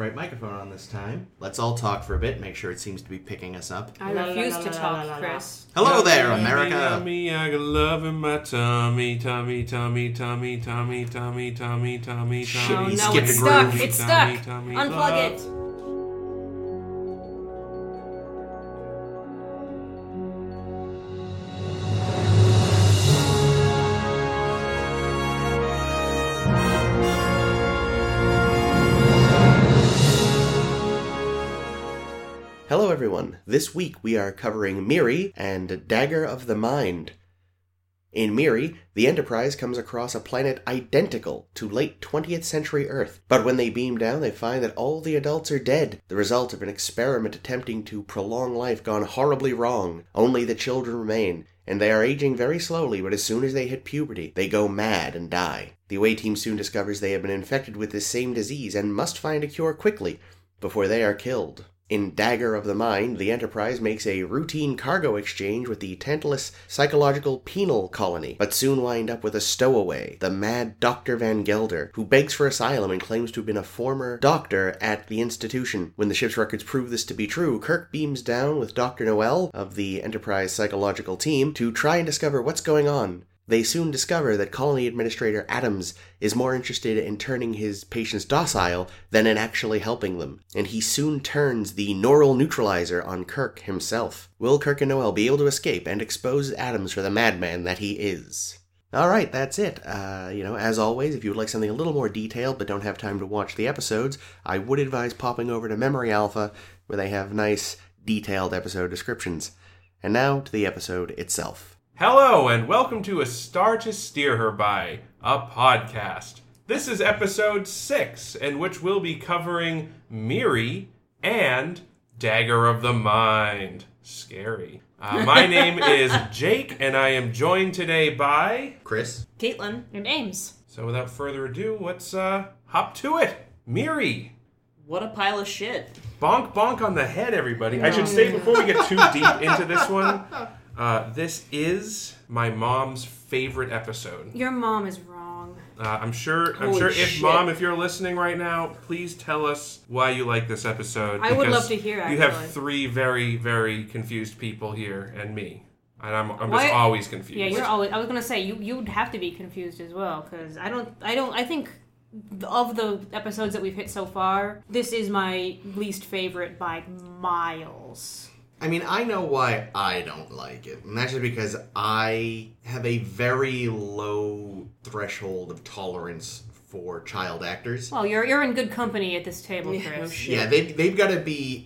bright microphone on this time. Let's all talk for a bit. Make sure it seems to be picking us up. I La, la, refuse la, to la, talk, la, la, la. Chris. Hello there, Yummy, America. Yummy, I got love in my tummy, tummy, tummy, tummy, tummy, tummy, tummy, tummy, Shit, he tummy. oh no, skipped it's a stuck. groove. It's Tummy, stuck. tummy, Unplug love. it. Hello, everyone. This week we are covering Miri and Dagger of the Mind. In Miri, the Enterprise comes across a planet identical to late 20th century Earth, but when they beam down, they find that all the adults are dead, the result of an experiment attempting to prolong life gone horribly wrong. Only the children remain, and they are aging very slowly, but as soon as they hit puberty, they go mad and die. The away team soon discovers they have been infected with this same disease and must find a cure quickly before they are killed. In Dagger of the Mind, the Enterprise makes a routine cargo exchange with the Tantalus psychological penal colony, but soon wind up with a stowaway, the mad Dr. Van Gelder, who begs for asylum and claims to have been a former doctor at the institution. When the ship's records prove this to be true, Kirk beams down with Dr. Noel of the Enterprise psychological team to try and discover what's going on. They soon discover that Colony Administrator Adams is more interested in turning his patients docile than in actually helping them, and he soon turns the neural neutralizer on Kirk himself. Will Kirk and Noel be able to escape and expose Adams for the madman that he is? All right, that's it. Uh, you know, as always, if you would like something a little more detailed but don't have time to watch the episodes, I would advise popping over to Memory Alpha, where they have nice, detailed episode descriptions. And now to the episode itself. Hello, and welcome to A Star to Steer Her By, a podcast. This is episode six, in which we'll be covering Miri and Dagger of the Mind. Scary. Uh, my name is Jake, and I am joined today by. Chris? Caitlin. Your names. So, without further ado, let's uh, hop to it. Miri. What a pile of shit. Bonk bonk on the head, everybody. I should say before we get too deep into this one, uh, this is my mom's favorite episode. Your mom is wrong. Uh, I'm sure. I'm Holy sure. If shit. mom, if you're listening right now, please tell us why you like this episode. I would because love to hear, You have actually. three very very confused people here, and me, and I'm, I'm Why- just always confused. Yeah, you're always. I was gonna say you you'd have to be confused as well because I don't I don't I think of the episodes that we've hit so far, this is my least favorite by miles. I mean, I know why I don't like it, and that's just because I have a very low threshold of tolerance for child actors. Well, you're you're in good company at this table, Chris. no shit. Yeah, they've, they've got to be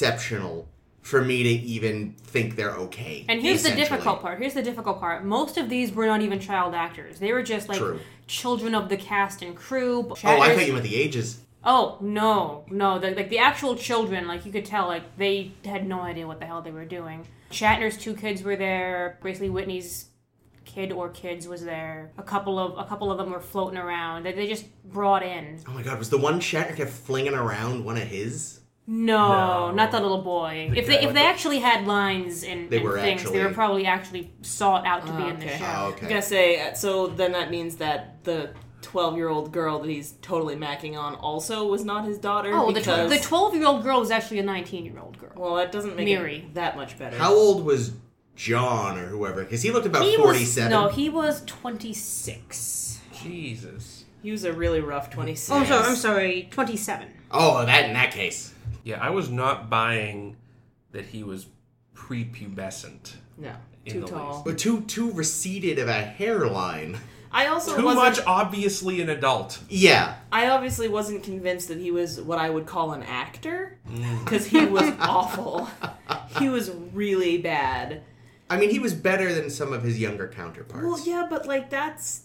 exceptional for me to even think they're okay. And here's the essentially. difficult part. Here's the difficult part. Most of these were not even child actors. They were just like True. children of the cast and crew. Oh, I chatters. thought you meant the ages. Oh no, no! The, like the actual children, like you could tell, like they had no idea what the hell they were doing. Shatner's two kids were there. Gracie Whitney's kid or kids was there. A couple of a couple of them were floating around. That they just brought in. Oh my god, was the one Shatner kept flinging around one of his? No, No. not the little boy. if guy they if with they the- actually had lines and, They and were things, they were actually- probably actually sought out to be Ah, in the okay. show. Oh, I was okay. gonna say, uh, so then that means that the 12 year old girl that he's totally macking on also was not his daughter? Oh, the because, tw- the twelve year old girl was actually a nineteen year old girl. Well, that doesn't make Miri. it that much better. How old was John or whoever? Because he looked about He was 47. no, he was twenty six. Jesus. He was a really rough 26. Oh, I'm sorry. I'm sorry. Twenty seven. oh, that in that case. Yeah, I was not buying that he was prepubescent. No, In too the tall. But too, too receded of a hairline. I also Too wasn't, much, obviously, an adult. Yeah, I obviously wasn't convinced that he was what I would call an actor Mm. because he was awful. He was really bad. I mean, he was better than some of his younger counterparts. Well, yeah, but like that's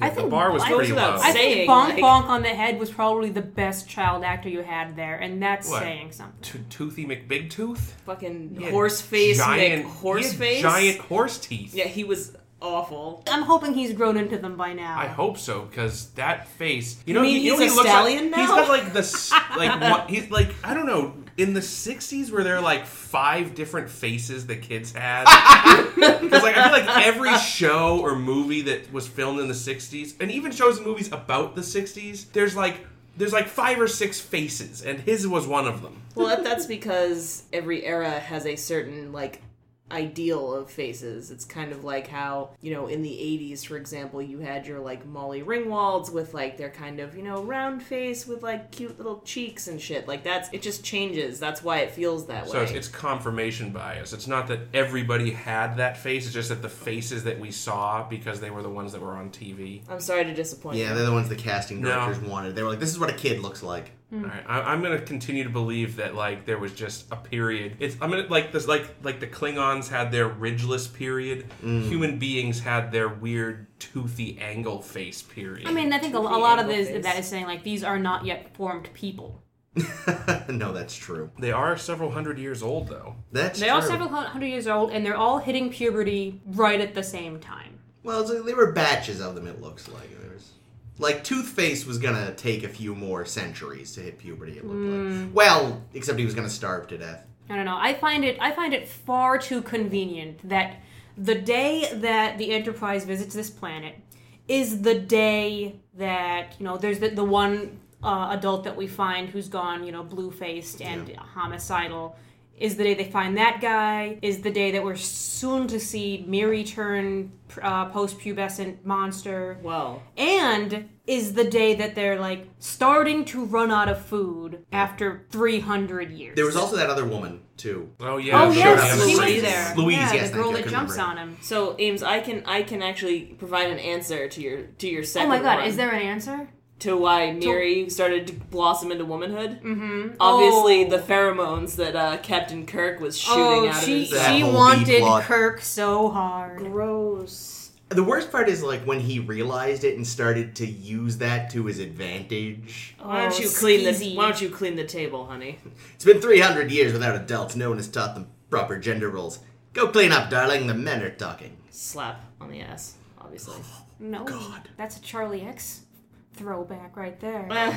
I the think bar was I- goes pretty without low. I saying, think Bonk like- Bonk on the Head was probably the best child actor you had there, and that's What? saying something. To- toothy McBigtooth. fucking He had horse face, giant- Nick horse he had face. giant horse teeth. Yeah, he was awful. I'm hoping he's grown into them by now. I hope so because that face. You know, mean he, you know he's he a looks stallion like, He's now? got like the s- like what, he's like I don't know in the '60s where there are like five different faces the kids had. Because like I feel like every show or movie that was filmed in the '60s, and even shows and movies about the '60s, there's like There's like five or six faces, and his was one of them. Well, that- that's because every era has a certain like ideal of faces. It's kind of like how, you know, in the 80s, for example, you had your like Molly Ringwalds with like their kind of, you know, round face with like cute little cheeks and shit. Like that's it just changes. That's why it feels that So way. it's, it's confirmation bias. It's not that everybody had that face. It's just that the faces that we saw because they were the ones that were on TV. I'm sorry to disappoint Yeah, you. they're the ones the casting No. directors wanted. They were like, "This is what a kid looks like." Mm. All right, I, I'm gonna continue to believe that like there was just a period. It's I'm gonna like this like like the Klingons had their ridgeless period. Human beings had their weird toothy angle face period. I mean, I think a, a Creepy lot of angle this, face. that is saying like these are not yet formed people. no, that's true. they are several hundred years old though. That's They true. are several hun- hundred years old, and they're all hitting puberty right at the same time. Well, it's like, they were batches of them. It looks like there was like Toothface was gonna take a few more centuries to hit puberty. It looked Hmm. like. Well, except he was gonna starve to death. I don't know. I find it. I find it far too convenient that the day that the Enterprise visits this planet is the day that you know there's the, the one uh, adult that we find who's gone you know blue faced and homicidal. Is the day they find that guy? Is the day that we're soon to see Miri turn uh, post pubescent monster? Well, and is the day that they're like starting to run out of food after 300 years. There was also that other woman too. Oh yeah. oh showed up yes, in she the was race. there. Louise, yes, yeah, the thank you, girl I that couldn't jumps remember. on him. so Ames, I can I can actually provide an answer to your to your Oh second my god, one. is there an answer? to why Miri started to blossom into womanhood? Mm-hmm. Obviously, Oh. the pheromones that uh, Captain Kirk was shooting oh, out of she his uh, That she whole B wanted plot. Kirk so hard. gross. The worst part is like when he realized it and started to use that to his advantage. Why don't Oh, you clean this? skeezy. Why don't you clean the table, honey? It's been 300 years without adults. No one has taught them proper gender roles. Go clean up, darling. The men are talking. Slap on the ass, obviously. No, God. that's a Charlie X throwback right there. Eh,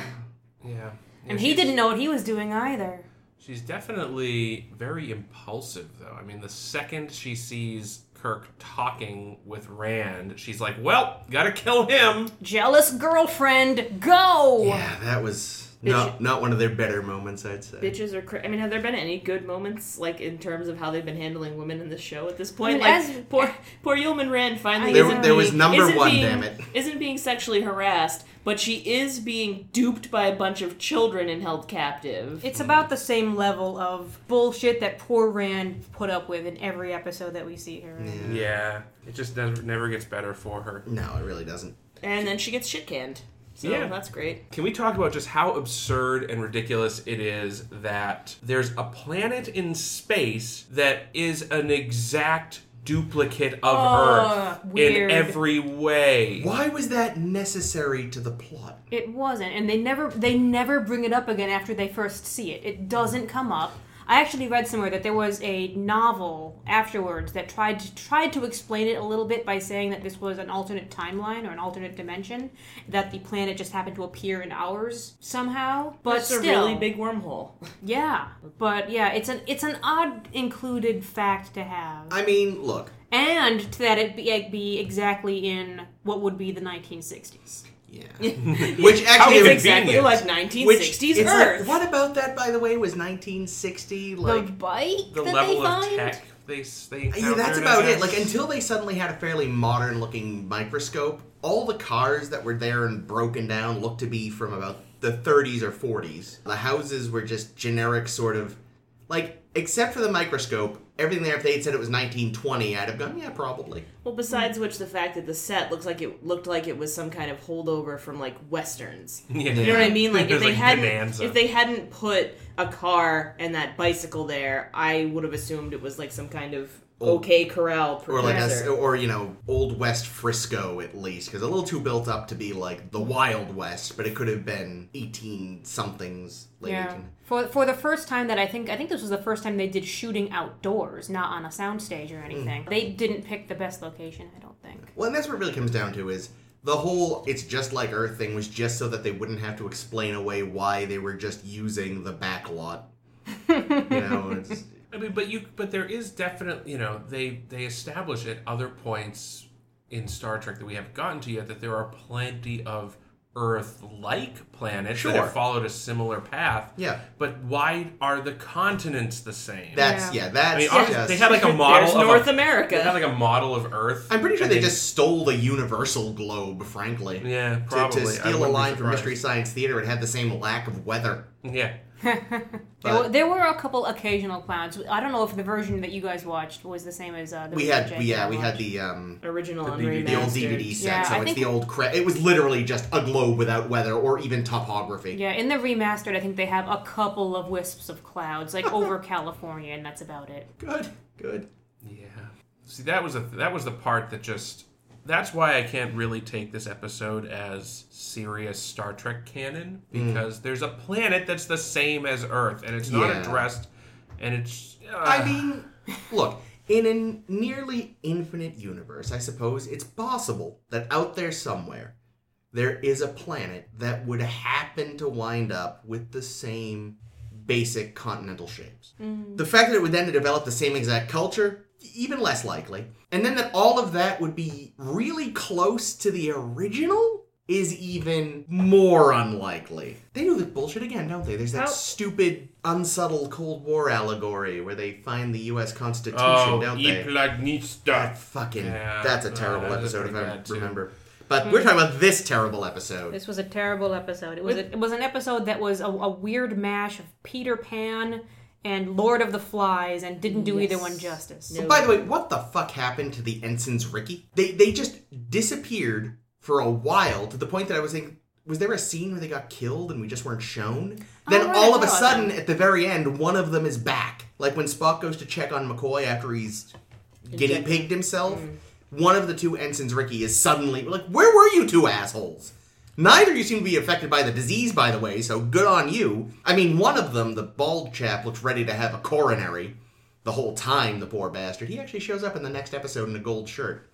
Yeah. and he didn't know what he was doing either. She's definitely very impulsive, though. I mean, the second she sees Kirk talking with Rand, she's like, well, gotta kill him. Jealous girlfriend, go! Yeah, that was not not one of their better moments, I'd say. bitches are. Cra- I mean, have there been any good moments, like in terms of how they've been handling women in this show at this point? mean, like as- poor poor Yeoman Rand finally. There- isn't there was being- number isn't one, being- damn it. Isn't being sexually harassed, but she is being duped by a bunch of children and held captive. It's about the same level of bullshit that poor Rand put up with in every episode that we see her. in. Yeah. It just never, never gets better for her. No, it really doesn't. and then she gets shit canned. So Yeah. that's great. Can we talk about just how absurd and ridiculous it is that there's a planet in space that is an exact duplicate of Ugh, Earth weird. in every way? Why was that necessary to the plot? It wasn't, and they never they never bring it up again after they first see it. It doesn't come up. I actually read somewhere that there was a novel afterwards that tried to tried to explain it a little bit by saying that this was an alternate timeline or an alternate dimension that the planet just happened to appear in ours somehow. But That's still, a really big wormhole. yeah. But yeah, it's an it's an odd included fact to have. I mean, look. and that it be, it be exactly in what would be the 1960s. Yeah. Which actually, How It's it was- exactly Convenient. like which 1960s it's like, Earth. what about that, by the way, was 1960? Like, the bike The that level they of find. tech they, s- they yeah, that's encountered, I about it. guess. Like, until they suddenly had a fairly modern looking microscope, all the cars that were there and broken down looked to be from about the 30s or 40s. The houses were just generic, sort of. Like, except for the microscope, everything there, if they had said it was 1920, I'd have gone, yeah, probably. Well, besides which, the fact that the set looks like it looked like it was some kind of holdover from like westerns. Yeah. You know what I mean? Like if There's, they hadn't, Bonanza. if they hadn't put a car and that bicycle there, I would have assumed it was like some kind of Oh. Old- OK Corral or like a, precursor. or you know old west frisco at least because a little too built up to be like the wild west but it could have been 18 somethings late Yeah. 18. For for the first time that I think I think this was the first time they did shooting outdoors, not on a soundstage or anything. Mm. They didn't pick the best location, I don't think. well and that's what it really comes down to is the whole it's just like earth thing was just so that they wouldn't have to explain away why they were just using the back lot you know it's, I mean, but you, but there is definitely, you know, they they establish at other points in Star Trek that we haven't gotten to yet that there are plenty of Earth-like planets that Sure. have followed a similar path. Yeah. But why are the continents the same? That's yeah. Yeah. that's I mean, just. obviously, they had like a model There's of North a, America. They had like a model of Earth. I'm pretty sure and they just stole the universal globe, frankly. yeah To- probably To, I steal a wouldn't be line from surprised. Mystery Science Theater, it had the same lack of weather. Yeah. There, But- were, there were a couple occasional clowns. I don't know if the version that you guys watched was the same as uh, the We version had, Jake we, yeah, we watched. had the um, original The and DVD. the old remastered. DVD set, Yeah, so I it's think- the old cre- It was literally just a globe without weather or even topography. Yeah, in the remastered, I think they have a couple of wisps of clouds, like over California, and that's about it. Good, good. Yeah. See, that was a that was the part that just that's why I can't really take this episode as serious Star Trek canon Mm. because there's a planet that's the same as Earth and it's not Yeah. addressed and it's uh, I mean, look, in a nearly infinite universe, I suppose it's possible that out there somewhere, there is a planet that would happen to wind up with the same basic continental shapes. The fact that it would then develop the same exact culture, even less likely. And then that all of that would be really close to the original is even more unlikely. They do this bullshit again, don't they? There's that How- stupid, unsubtle Cold War allegory where they find the U.S. Constitution, oh, don't they? that Iplagnista. fucking Yeah, that's a no, terrible that's episode if pretty I bad, too. remember. But we're talking about this terrible episode. Hmm. This was a terrible episode. It was a, it was an episode that was a, a weird mash of Peter Pan and Lord of the Flies, and didn't do either Yes. one justice. No. By the way, what the fuck happened to the ensign's Ricky? They they just disappeared for a while to the point that I was thinking, was there a scene where they got killed and we just weren't shown? Then right, all of a I thought sudden, at the very end, one of them is back. Like when Spock goes to check on McCoy after he's guinea Injected. pigged himself, Hmm. one of the two ensigns Ricky is suddenly we're like, where were you two assholes? Neither of you seem to be affected by the disease, by the way, so good on you. I mean, one of them, the bald chap, looks ready to have a coronary the whole time, the poor bastard. He actually shows up in the next episode in a gold shirt.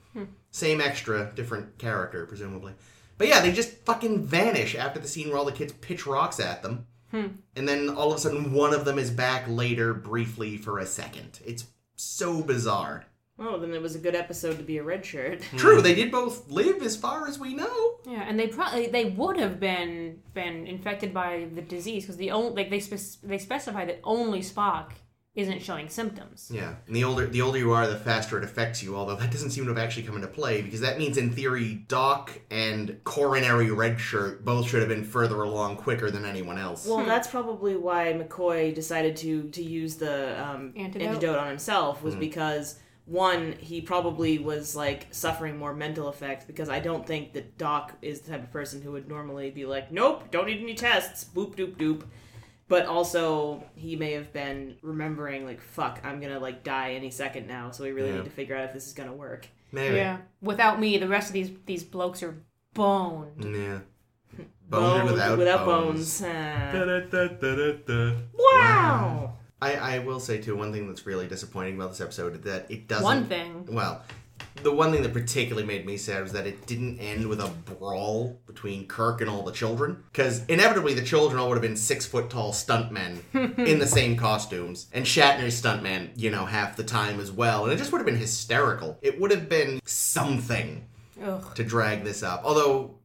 Same extra, different character, presumably. But yeah, they just fucking vanish after the scene where all the kids pitch rocks at them. And then all of a sudden, one of them is back later, briefly, for a second. It's so bizarre. Oh, then it was a good episode to be a red shirt. True, they did both live as far as we know. Yeah, and they probably they would have been been infected by the disease because the only like they spec- they specify that only Spock isn't showing symptoms. Yeah, and the older the older you are, the faster it affects you. Although that doesn't seem to have actually come into play because that means, in theory, Doc and Coronary Redshirt both should have been further along quicker than anyone else. Well, that's probably why McCoy decided to to use the um, Antidote. antidote. on himself Hmm. was because one he probably was like suffering more mental effects because I don't think that Doc is the type of person who would normally be like, nope, don't need any tests, boop doop doop. But also he may have been remembering like, fuck, I'm gonna like die any second now, so we really Yeah. need to figure out if this is gonna work. Maybe. Yeah. Without me, the rest of these these blokes are boned. Boned or without, bones. bones. Ah. Da-da-da-da-da-da. Wow. I, I will say too one thing that's really disappointing about this episode is that it doesn't. One thing. Well, the one thing that particularly made me sad was that it didn't end with a brawl between Kirk and all the children. Because inevitably, the children all would have been six foot tall stuntmen in the same costumes, and Shatner's stuntman, you know, half the time as well. And it just would have been hysterical. It would have been something Ugh. to drag this up. Although.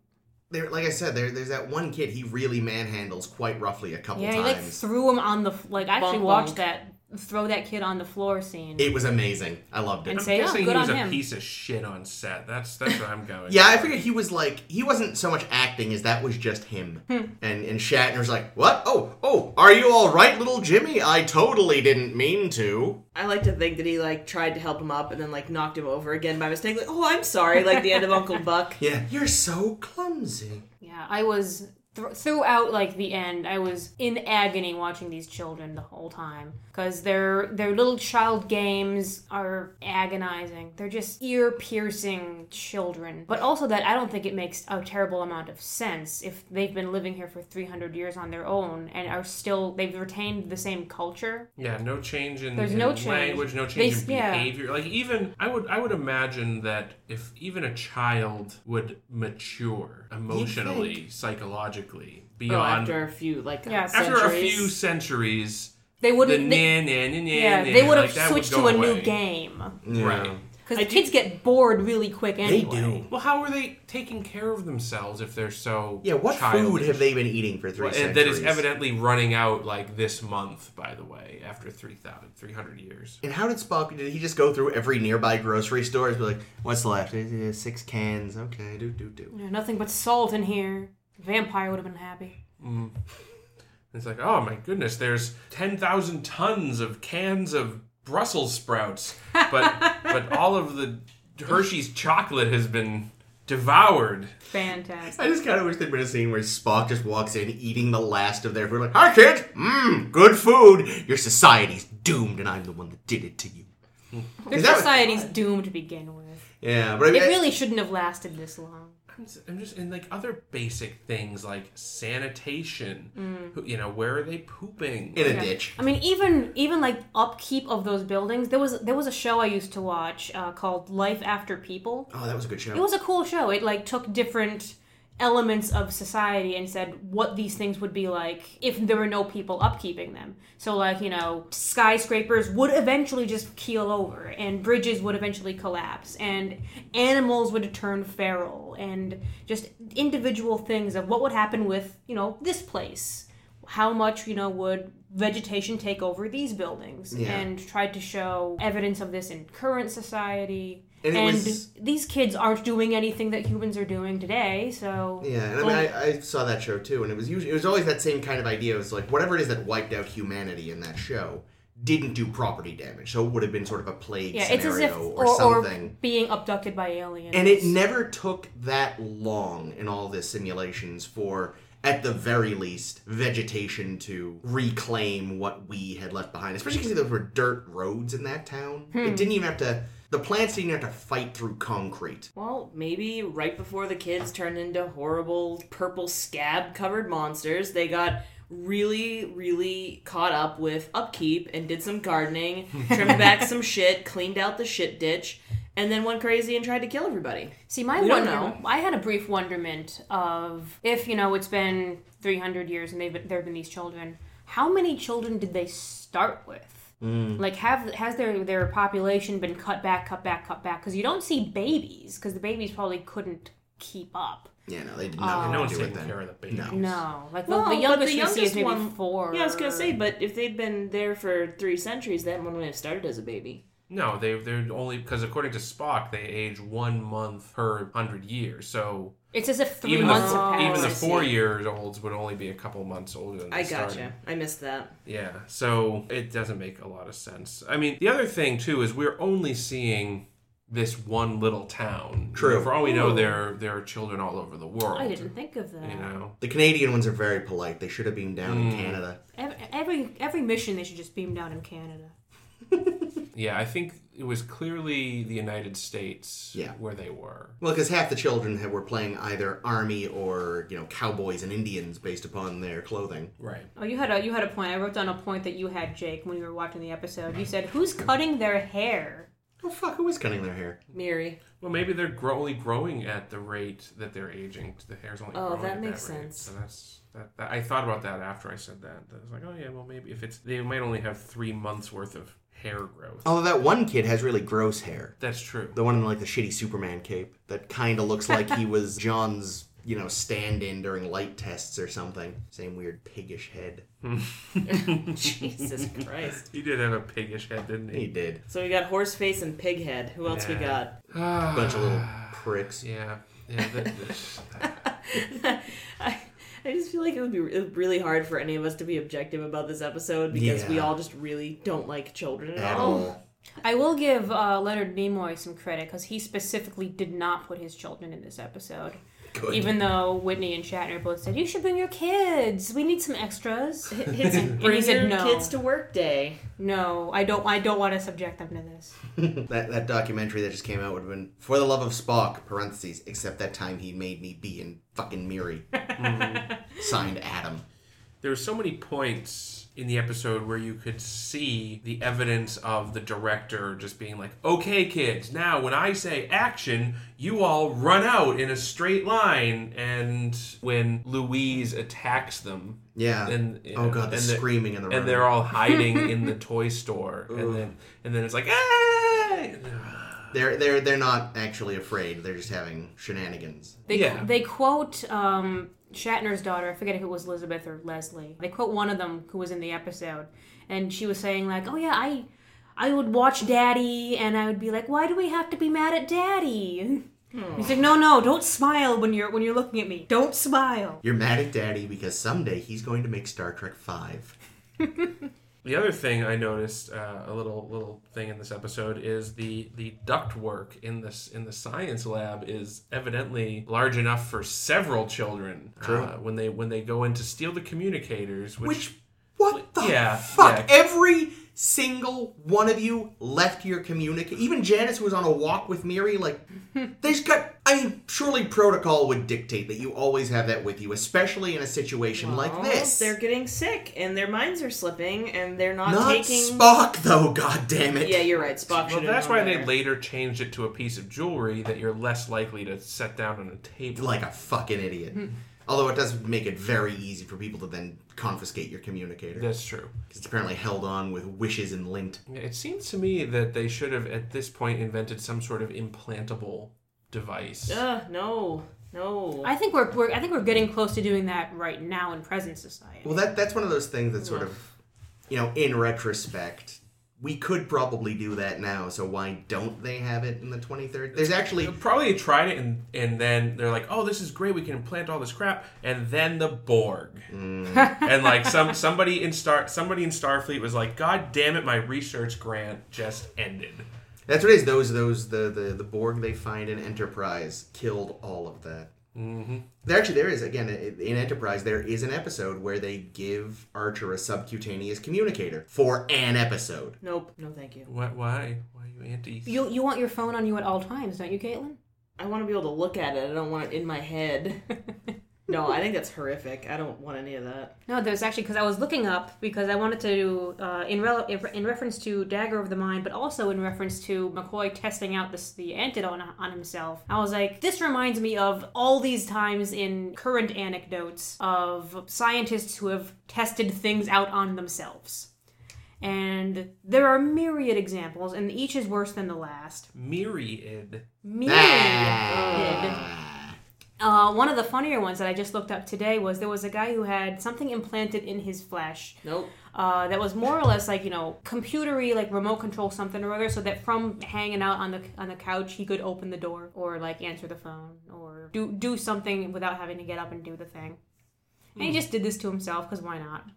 There, like I said, there, there's that one kid. He really manhandles quite roughly a couple Yeah, he times. like threw him on the f- like. I actually Bonk, watched bonk. that throw that kid on the floor scene. It was amazing. I loved it. And I'm say, "Oh, guessing good he was on a him." piece of shit on set. That's that's where I'm going. Yeah, I figured he was like he wasn't so much acting as that was just him. Hmm. And and Shatner's like, "What? Oh, oh, are you all right, little Jimmy? I totally didn't mean to." I like to think that he like tried to help him up and then like knocked him over again by mistake. Like, oh, I'm sorry. Like the end of Uncle Buck. Yeah, you're so clumsy. yeah, I was thr throughout like the end. I was in agony watching these children the whole time because their their little child games are agonizing. They're just ear piercing children. But also that I don't think it makes a terrible amount of sense if they've been living here for 300 years on their own and are still they've retained the same culture. Yeah, no change in, There's in no change. language, no They- change in yeah. behavior. Like even I would I would imagine that if even a child would mature emotionally, psychologically Oh, beyond after a few like Yeah, after a centuries. few centuries, They the wouldn't. they- nan nan nan yeah, nan, they would have like, that switched go to a away. new game. Right. because I the do- kids get bored really quick They anyway. do. Well, how are they taking care of themselves if they're so Yeah, what childish? food have they been eating for three Well, and centuries? that is evidently running out like this month, by the way, after 3,000, 300 years. And how did Spock? Did he just go through every nearby grocery store and be like, "What's left? Eh, eh, Six cans. Okay, do do do." Yeah, nothing but salt in here. Vampire would have been happy. It's like, oh my goodness, there's 10,000 tons of cans of Brussels sprouts, but but all of the Hershey's chocolate has been devoured. Fantastic. I just kind of wish there'd been a scene where Spock just walks in eating the last of their food, like, "Hi, kids! Mmm, good food. Your society's doomed, and I'm the one that did it to you." Their Is that what- society's doomed to begin with. Yeah, but I mean, It really shouldn't have lasted this long. I'm just, I'm just and like other basic things like sanitation. Mm. Who- You know, where are they pooping? in a Yeah. ditch. I mean, even even like upkeep of those buildings. There was there was a show I used to watch uh, called Life After People. Oh, that was a good show. It was a cool show. It like took different elements of society and said what these things would be like if there were no people upkeeping them. So like, you know, skyscrapers would eventually just keel over and bridges would eventually collapse and animals would turn feral and just individual things of what would happen with, you know, this place. How much, you know, would vegetation take over these buildings Yeah. and tried to show evidence of this in current society And and, it was- these kids aren't doing anything that humans are doing today, so Yeah, and I mean, I, I saw that show too, and it was usually it was always that same kind of idea. It was like whatever it is that wiped out humanity in that show didn't do property damage, so it would have been sort of a plague yeah, it's scenario as if or, or, or something. being abducted by aliens. and it never took that long in all the simulations for, at the very least, vegetation to reclaim what we had left behind. Especially because there were dirt roads in that town. Hmm. It didn't even have to. The plants didn't have to fight through concrete. Well, maybe right before the kids turned into horrible purple scab covered monsters, they got really, really caught up with upkeep and did some gardening, trimmed back some shit, cleaned out the shit ditch, and then went crazy and tried to kill everybody. See, my We don't wonder, know. I had a brief wonderment of if you know it's been 300 years and they've been, there have been these children. How many children did they start with? Like, have has their their population been cut back, cut back, cut back? Because you don't see babies, because the babies probably couldn't keep up. Yeah, no, they did not And have no to one's do it taking then. care of the babies. No. No, like the, Well, the but youngest, you see the youngest is maybe one- four. Yeah, I was gonna say, but if they'd been there for three centuries, that one would have started as a baby. No, they they're only because according to Spock, they age one month per hundred years. So It's as if three even the months f- have Oh, passed. even I the see. four year olds would only be a couple months older than I they gotcha. started. I missed that. Yeah, so it doesn't make a lot of sense. I mean, the other thing too is we're only seeing this one little town. True. For all we know, there there are children all over the world. I didn't think of that. You know, The Canadian ones are very polite. They should have been down Hmm. in Canada. Every, every every mission they should just beam down in Canada. yeah, I think it was clearly the United States. Yeah. where they were. Well, because half the children had, were playing either army or you know cowboys and Indians based upon their clothing. Right. Oh, you had a you had a point. I wrote down a point that you had, Jake, when we were watching the episode. You said, "Who's cutting their hair?" Oh fuck! Who is cutting their hair? Mary. Well, maybe they're grow- only growing at the rate that they're aging. The hair's only. Oh, growing that at makes rate. sense. So that's that, that. I thought about that after I said that. I was like, oh yeah, well maybe if it's they might only have three months worth of hair growth. Although that one kid has really gross hair. That's true. The one in like the shitty Superman cape that kind of looks like he was John's, you know, stand-in during light tests or something. Same weird piggish head. Jesus Christ. He did have a piggish head, didn't He he? did. So we got horse face and pig head. Who else we Yeah. got? Bunch of little pricks. Ah. Yeah. Yeah. That, that's- I, I just feel like it would be re- really hard for any of us to be objective about this episode because we Yeah. all just really don't like children at, At all. all. I will give uh, Leonard Nimoy some credit because he specifically did not put his children in this episode, Good. even though Whitney and Shatner both said, "You should bring your kids. We need some extras." It's And he bring said your no. kids to work day. no, I don't. I don't want to subject them to this. that that documentary that just came out would have been for the love of Spock parentheses except that time he made me be in fucking Miri. Signed Adam. there were so many points in the episode where you could see the evidence of the director just being like, okay, kids, now when I say action, you all run out in a straight line. And when Louise attacks them, Yeah. and oh god, the and screaming in the room. and they're all hiding in the toy store, and then and then it's like, ah! They're they're they're not actually afraid. They're just having shenanigans. They, Yeah. they quote um, Shatner's daughter. I forget if it was Elizabeth or Leslie. They quote one of them who was in the episode, and she was saying like, "Oh yeah, I." I would watch Daddy, and I would be like, "Why do we have to be mad at Daddy?" He's like, "No, no, don't smile when you're when you're looking at me. Don't smile." You're mad at Daddy because someday he's going to make Star Trek Five. The other thing I noticed, uh, a little little thing in this episode, is the the ductwork in this in the science lab is evidently large enough for several children. True. Uh, when they when they go in to steal the communicators, which, Which what the Yeah, fuck? yeah. Every single one of you left your communicate. Even Janice who was on a walk with Miri. Like there's got. I mean, surely protocol would dictate that you always have that with you, especially in a situation like Well, this. They're getting sick and their minds are slipping and they're not, not taking. Spock though. God damn it. yeah, you're right. Spock well, should. that's why they better. later changed it to a piece of jewelry that you're less likely to set down on a table. like a fucking idiot. Although it does make it very easy for people to then confiscate your communicator. that's true. 'Cause It's apparently held on with wishes and lint. It seems to me that they should have at this point invented some sort of implantable device. Ugh, no, no. I think we're, we're I think we're getting close to doing that right now in present society. Well, that that's one of those things that sort of, you know, in retrospect, we could probably do that now. So why don't they have it in the 23rd? There's actually Probably tried it and and then they're like, oh, this is great. We can implant all this crap. And then the Borg, and like some somebody in Star somebody in Starfleet was like, God damn it, my research grant just ended. that's what it is. Those those the the the Borg they find in Enterprise killed all of that. There- Actually, there is again i- in Enterprise. There is an episode where they give Archer a subcutaneous communicator for an episode. nope. No, thank you. What? Why? Why are you anti? you you want your phone on you at all times, don't you, Caitlin? I want to be able to look at it. I don't want it in my head. no, I think that's horrific. I don't want any of that. No, there's actually because I was looking up because I wanted to uh, in rel- in in reference to Dagger of the Mind, but also in reference to McCoy testing out this the antidote on, on himself. I was like, this reminds me of all these times in current anecdotes of scientists who have tested things out on themselves. And there are myriad examples, and each is worse than the last. Myriad. Myriad. Ah. Uh, one of the funnier ones that I just looked up today was there was a guy who had something implanted in his flesh Nope. uh, that was more or less like you know computery like remote control something or other so that from hanging out on the on the couch he could open the door or like answer the phone or do do something without having to get up and do the thing and he just did this to himself because why not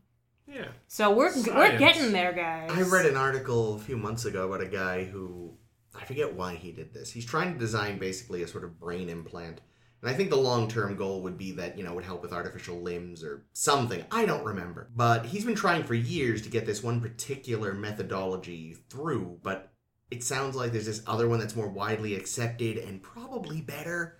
Yeah. so we're we're Science. getting there guys I read an article a few months ago about a guy who I forget why he did this. He's trying to design basically a sort of brain implant. And I think the long term goal would be that, you know, it would help with artificial limbs or something. I don't remember. But he's been trying for years to get this one particular methodology through, but it sounds like there's this other one that's more widely accepted and probably better.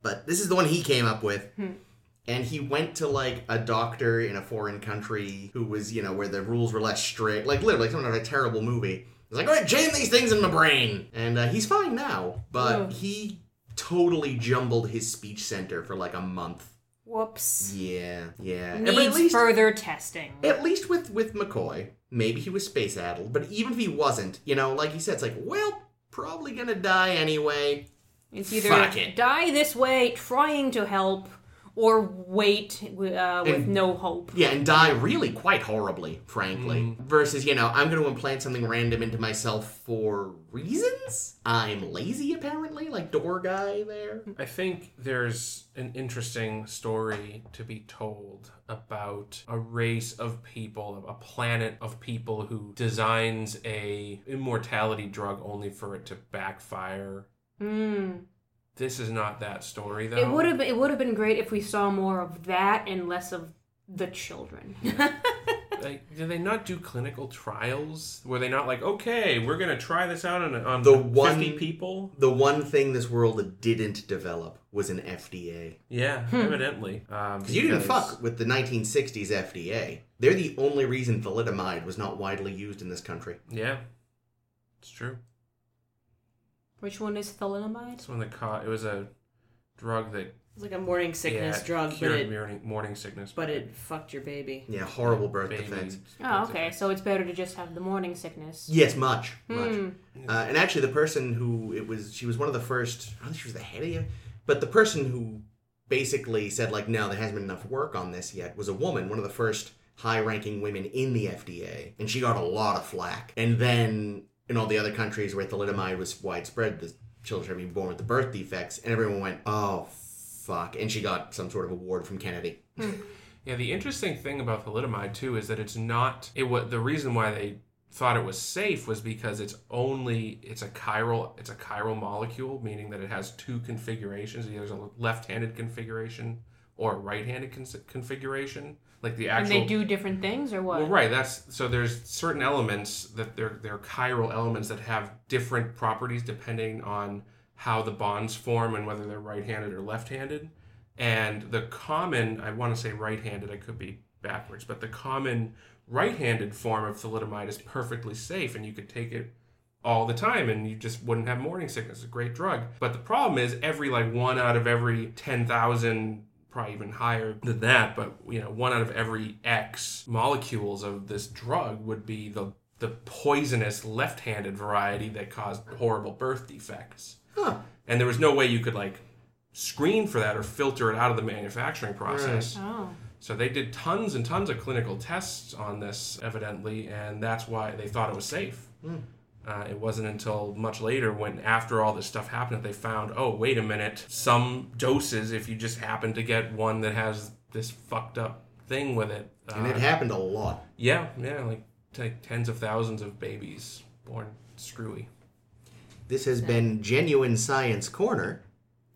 But this is the one he came up with and he went to like a doctor in a foreign country who was you know where the rules were less strict like literally some of a terrible movie he's like all right jam these things in my brain and uh, he's fine now but Ugh. he totally jumbled his speech center for like a month whoops yeah yeah And- but needs at least further testing at least with with mccoy maybe he was space addled but even if he wasn't you know like he said it's like well probably gonna die anyway it's either fuck it. die this way trying to help or wait uh, with And- no hope Yeah, and die really quite horribly, frankly. Versus, you know, I'm going to implant something random into myself for reasons? I'm lazy, apparently, like door guy there. I think there's an interesting story to be told about a race of people, a planet of people who designs a immortality drug only for it to backfire. mm. This is not that story though. It would have it would have been great if we saw more of that and less of the children. Like, did they not do clinical trials? Were they not like, okay, we're gonna try this out on on The the one- fifty people? The one thing this world didn't develop was an FDA. Yeah, Hmm. evidently. Um, Because you didn't because- fuck with the 1960s FDA. They're the only reason thalidomide was not widely used in this country. Yeah, it's true. Which one is thalidomide? It's when the co- it was a drug that It's like a morning sickness yeah, drug, but cured it, morning, morning sickness. but it fucked your baby. Yeah, horrible birth baby- defense. Oh, okay. So it's better to just have the morning sickness. Hmm. Yes, much, much. Uh, and actually, the person who it was, she was one of the first. I don't think she was the head of you, but the person who basically said like, no, there hasn't been enough work on this yet, was a woman, one of the first high-ranking women in the FDA, and she got a lot of flack. And then in all the other countries where thalidomide was widespread, the children were being born with the birth defects, and everyone went, oh fuck, and she got some sort of award from Kennedy. Yeah, the interesting thing about thalidomide too is that it's not it what the reason why they thought it was safe was because it's only it's a chiral it's a chiral molecule, meaning that it has two configurations. Either There's a left-handed configuration or a right-handed cons- configuration. Like the And actual they do different things, or what? well, right. That's so. There's certain elements that they're they're chiral elements that have different properties depending on how the bonds form and whether they're right-handed or left-handed. And the common, I want to say right-handed. I could be backwards, but the common right-handed form of thalidomide is perfectly safe, and you could take it all the time and you just wouldn't have morning sickness. It's a great drug. But the problem is every like one out of every 10,000 probably even higher than that, but you know, one out of every X molecules of this drug would be the the poisonous left-handed variety that caused horrible birth defects. Huh. And there was no way you could like screen for that or filter it out of the manufacturing process. Oh. So they did tons and tons of clinical tests on this, evidently, and that's why they thought it was safe. Hmm. Uh, it wasn't until much later, when after all this stuff happened, that they found, oh, wait a minute, some doses, if you just happen to get one that has this fucked up thing with it, uh, And it happened a lot. yeah, yeah, like, like tens of thousands of babies born screwy. This has been Genuine Science Corner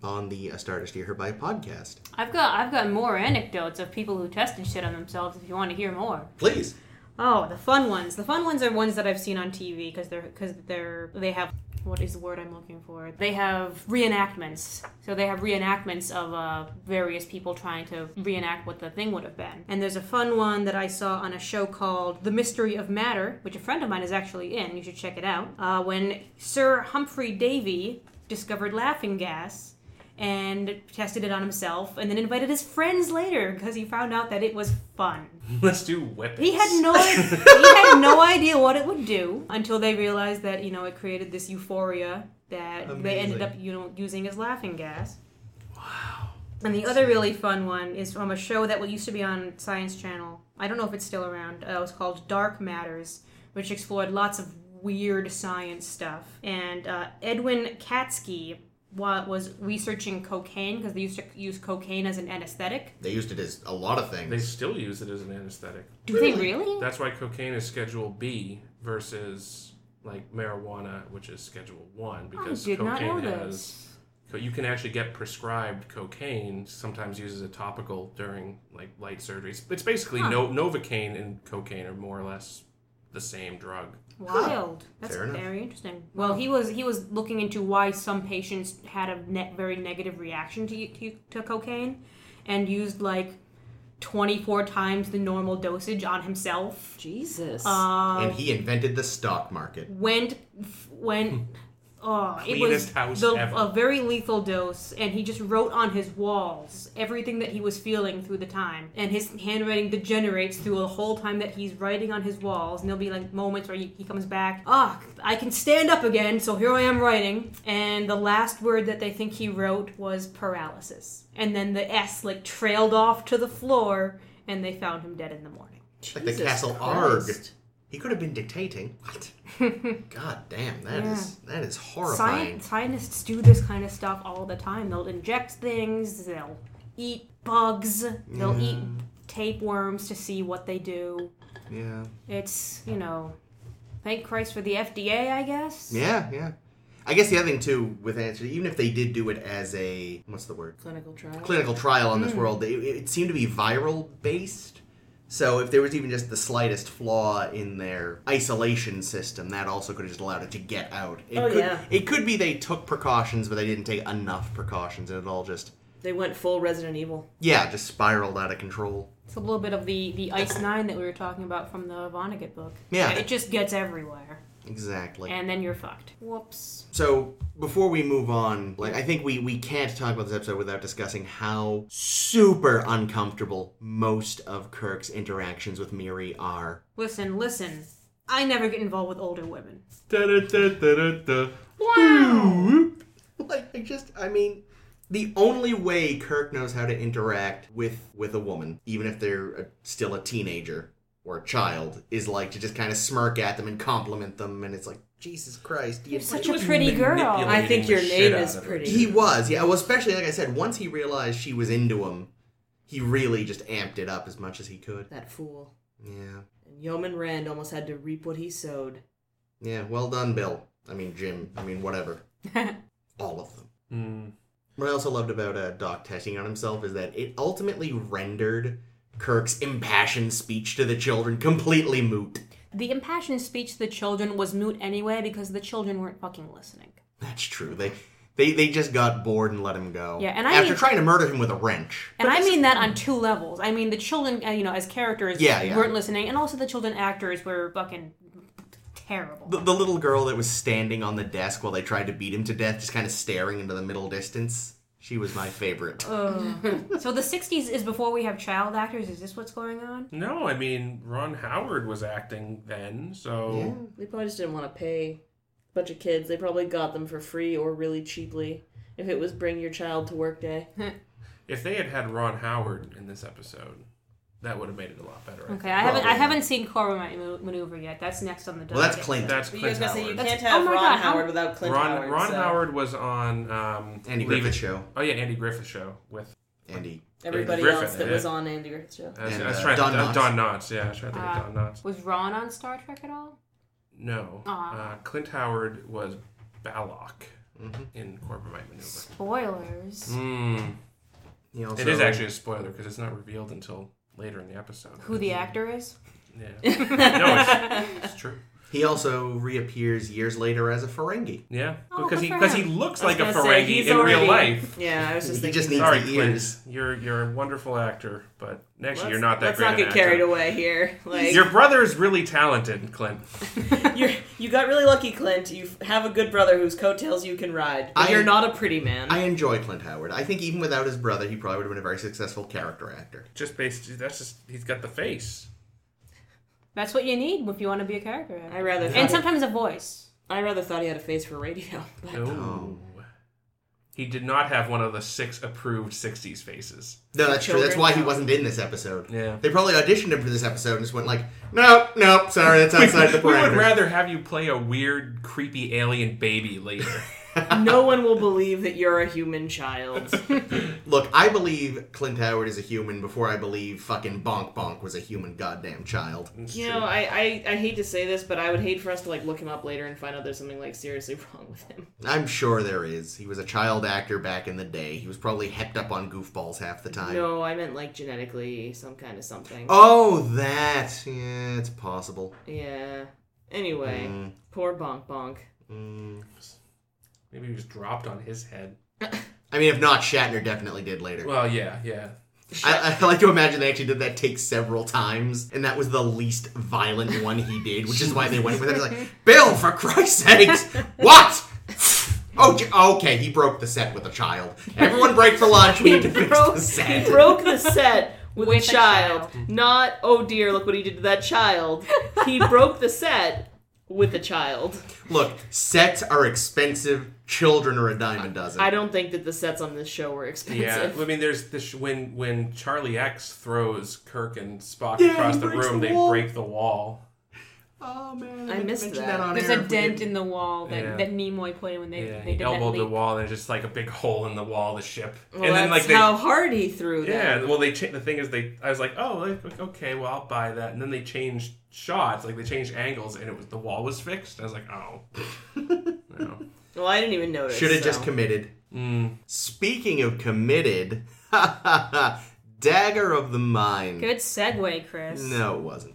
on the Astartes Dear Her By podcast. I've got I've got more anecdotes of people who tested shit on themselves. If you want to hear more. Please. Oh, the fun ones. The fun ones are ones that I've seen on TV because they're because they're they have what is the word I'm looking for? They have reenactments. So they have reenactments of uh, various people trying to reenact what the thing would have been. And there's a fun one that I saw on a show called The Mystery of Matter, which a friend of mine is actually in. You should check it out. Uh, when Sir Humphrey Davy discovered laughing gas and tested it on himself and then invited his friends later because he found out that it was fun. Let's do whippets. He had no he had no idea what it would do until they realized that you know it created this euphoria that they Amazing. ended up you know using as laughing gas. Wow. And the other really fun one is from a show that used to be on Science Channel. I don't know if it's still around. Uh, it was called Dark Matters, which explored lots of weird science stuff. And uh, Edwin Katsky wa- was researching cocaine because they used to use cocaine as an anesthetic. They used it as a lot of things. They still use it as an anesthetic. Do they Really? really? That's why cocaine is Schedule B versus like marijuana, which is Schedule One, because I did not know cocaine has. this. co- You can actually get prescribed cocaine. Sometimes used as a topical during like light surgeries. It's basically Huh. no novocaine and cocaine are more or less the same drug. Wild. That's Fair enough. very interesting. Well, he was he was looking into why some patients had a ne- very negative reaction to, to to cocaine, and used like twenty four times the normal dosage on himself. Uh, Jesus. and he invented the stock market. Went f- went. Oh, it was Hmm. Cleanest house the, ever. a very lethal dose, and he just wrote on his walls everything that he was feeling through the time. And his handwriting degenerates through the whole time that he's writing on his walls. And there'll be like moments where he, he comes back, ah, I can stand up again, so here I am writing. And the last word that they think he wrote was paralysis. And then the S like trailed off to the floor, and they found him dead in the morning. Like the Jesus Castle Arg. Christ. He could have been dictating. What? God damn, that is Yeah. that is horrifying. Sci- scientists do this kind of stuff all the time. They'll inject things, they'll eat bugs, they'll eat tapeworms to see what they do. Yeah. It's, you know, thank Christ for the FDA, I guess. Yeah, yeah. I guess the other thing too with answer, even if they did do it as a what's the word? Clinical trial. clinical trial in this world. It, it seemed to be viral based. So if there was even just the slightest flaw in their isolation system, that also could have just allowed it to get out. It Oh, could, yeah. It could be they took precautions, but they didn't take enough precautions, and it all just They went full Resident Evil. Yeah, just spiraled out of control. It's a little bit of the the Ice Nine that we were talking about from the Vonnegut book. Yeah. it just gets everywhere, Exactly. and then you're fucked. Whoops. So before we move on, like I think we we can't talk about this episode without discussing how super uncomfortable most of Kirk's interactions with Miri are. Listen, listen. I never get involved with older women. Da-da-da-da-da-da. Like I just I mean the only way Kirk knows how to interact with with a woman, even if they're a, still a teenager or a child, is like to just kind of smirk at them and compliment them, and it's like Jesus Christ, you You're such He a was pretty girl. manipulating I think the your shit name out is of her. pretty. He was, yeah. Well, especially like I said, once he realized she was into him, he really just amped it up as much as he could. That fool. Yeah, And Yeoman Rand almost had to reap what he sowed. yeah. Well done, Bill. I mean Jim. I mean whatever. All of them. Mm. What I also loved about uh, Doc testing on himself is that it ultimately rendered Kirk's impassioned speech to the children completely moot. The impassioned speech to the children was moot anyway because the children weren't fucking listening. That's true. They they they just got bored and let him go. Yeah, and I after mean- trying to murder him with a wrench. And I mean that on two levels. I mean the children, uh, you know, as characters Yeah, yeah. weren't listening, and also the children actors were fucking terrible. The, the little girl that was standing on the desk while they tried to beat him to death, just kind of staring into the middle distance. She was my favorite. so the '60s is before we have child actors. Is this what's going on? No, I mean Ron Howard was acting then, so They probably just didn't want to pay a bunch of kids. They probably got them for free or really cheaply. If it was bring your child to work day. if they had had Ron Howard in this episode, that would have made it a lot better. I think. Okay, I haven't I Probably. haven't seen Coromant Manu- maneuver yet. That's next on the. Well, that's docket. Clint. That's You Clint guys gonna say you Howard. can't That's- have oh my Ron God, how- Howard without Clint Ron Howard. Ron so Howard was on um, Andy Leave It- Griffith show. Oh yeah, Andy Griffith show with Andy. Everybody Griffin, else that yeah. was on Andy Griffith's show. I was, And, I was uh, trying Don to, uh, Knotts. Don Knotts. Yeah, I was trying to think Uh, Ah. of Don Knotts. Was Ron on Star Trek at all? No, Ah. uh, Clint Howard was Balak Mm-hmm. in Corporate Maneuver. Spoilers. Hmm. Mm. He also, It is actually a spoiler because it's not revealed until later in the episode. Who the actor is? Yeah. no, it's, it's true. He also reappears years later as a Ferengi. Yeah, Oh, because good he for because he him. looks I was like a gonna say, Ferengi he's in real already- life. Yeah, I was just He thinking. just needs Sorry, the Clint. ears. You're you're a wonderful actor, but actually Let's- you're not that Let's great. not an get actor. carried away here. Like Your brother is really talented, Clint. You're, you got really lucky, Clint. You have a good brother whose coattails you can ride. But I- you're not a pretty man. I enjoy Clint Howard. I think even without his brother, he probably would have been a very successful character actor. Just based that's just he's got the face. That's what you need if you want to be a character. actor. I rather and thought sometimes a voice. I rather thought he had a face for radio. But Oh. He did not have one of the six approved '60s faces. No, that's true. That's children? why he wasn't in this episode. Yeah. They probably auditioned him for this episode and just went like, nope, nope, sorry, that's outside the we would parameters. rather have you play a weird, creepy alien baby later. no one will believe that you're a human child. Look, I believe Clint Howard is a human before I believe fucking Bonk Bonk was a human goddamn child. you know, I, I I hate to say this, but I would hate for us to like look him up later and find out there's something like seriously wrong with him. I'm sure there is. He was a child actor back in the day. He was probably hepped up on goofballs half the time. No, I meant like genetically some kind of something. Oh, that. Yeah, it's possible. Yeah. Anyway, Mm. poor Bonk Bonk. Maybe he was dropped on his head. I mean, if not, Shatner definitely did later. Well, yeah, yeah. I, I like to imagine they actually did that take several times, and that was the least violent one he did, which is why they went with it. It's like, Bill, for Christ's sakes, what? Oh, j- okay, he broke the set with a child. Everyone break for lunch. We need to fix broke, the he set. broke the set with, With a, a child. Not, oh dear, look what he did to that child. He broke the set with a child. Look, sets are expensive. Children are a dime a dozen. I don't think that the sets on this show were Yeah, expensive. I mean, there's this when when Charlie X throws Kirk and Spock Yeah, across he the breaks room, the they wall. break the wall. oh man, I didn't missed mention that. on There's air. a dent in the wall that, Yeah. that Nimoy put in when they, Yeah, they he did that elbowed the leap. wall, and there's just like a big hole in the wall of the ship. Well, and then that's like they, how hard he threw that. yeah, well they cha- the thing is they I was like oh like, okay well I'll buy that, and then they changed shots like they changed angles, and it was the wall was fixed. I was like oh no. Well, I didn't even notice. Should have so. just committed. Mm. Speaking of committed, dagger of the mind. Good segue, Chris. No, it wasn't.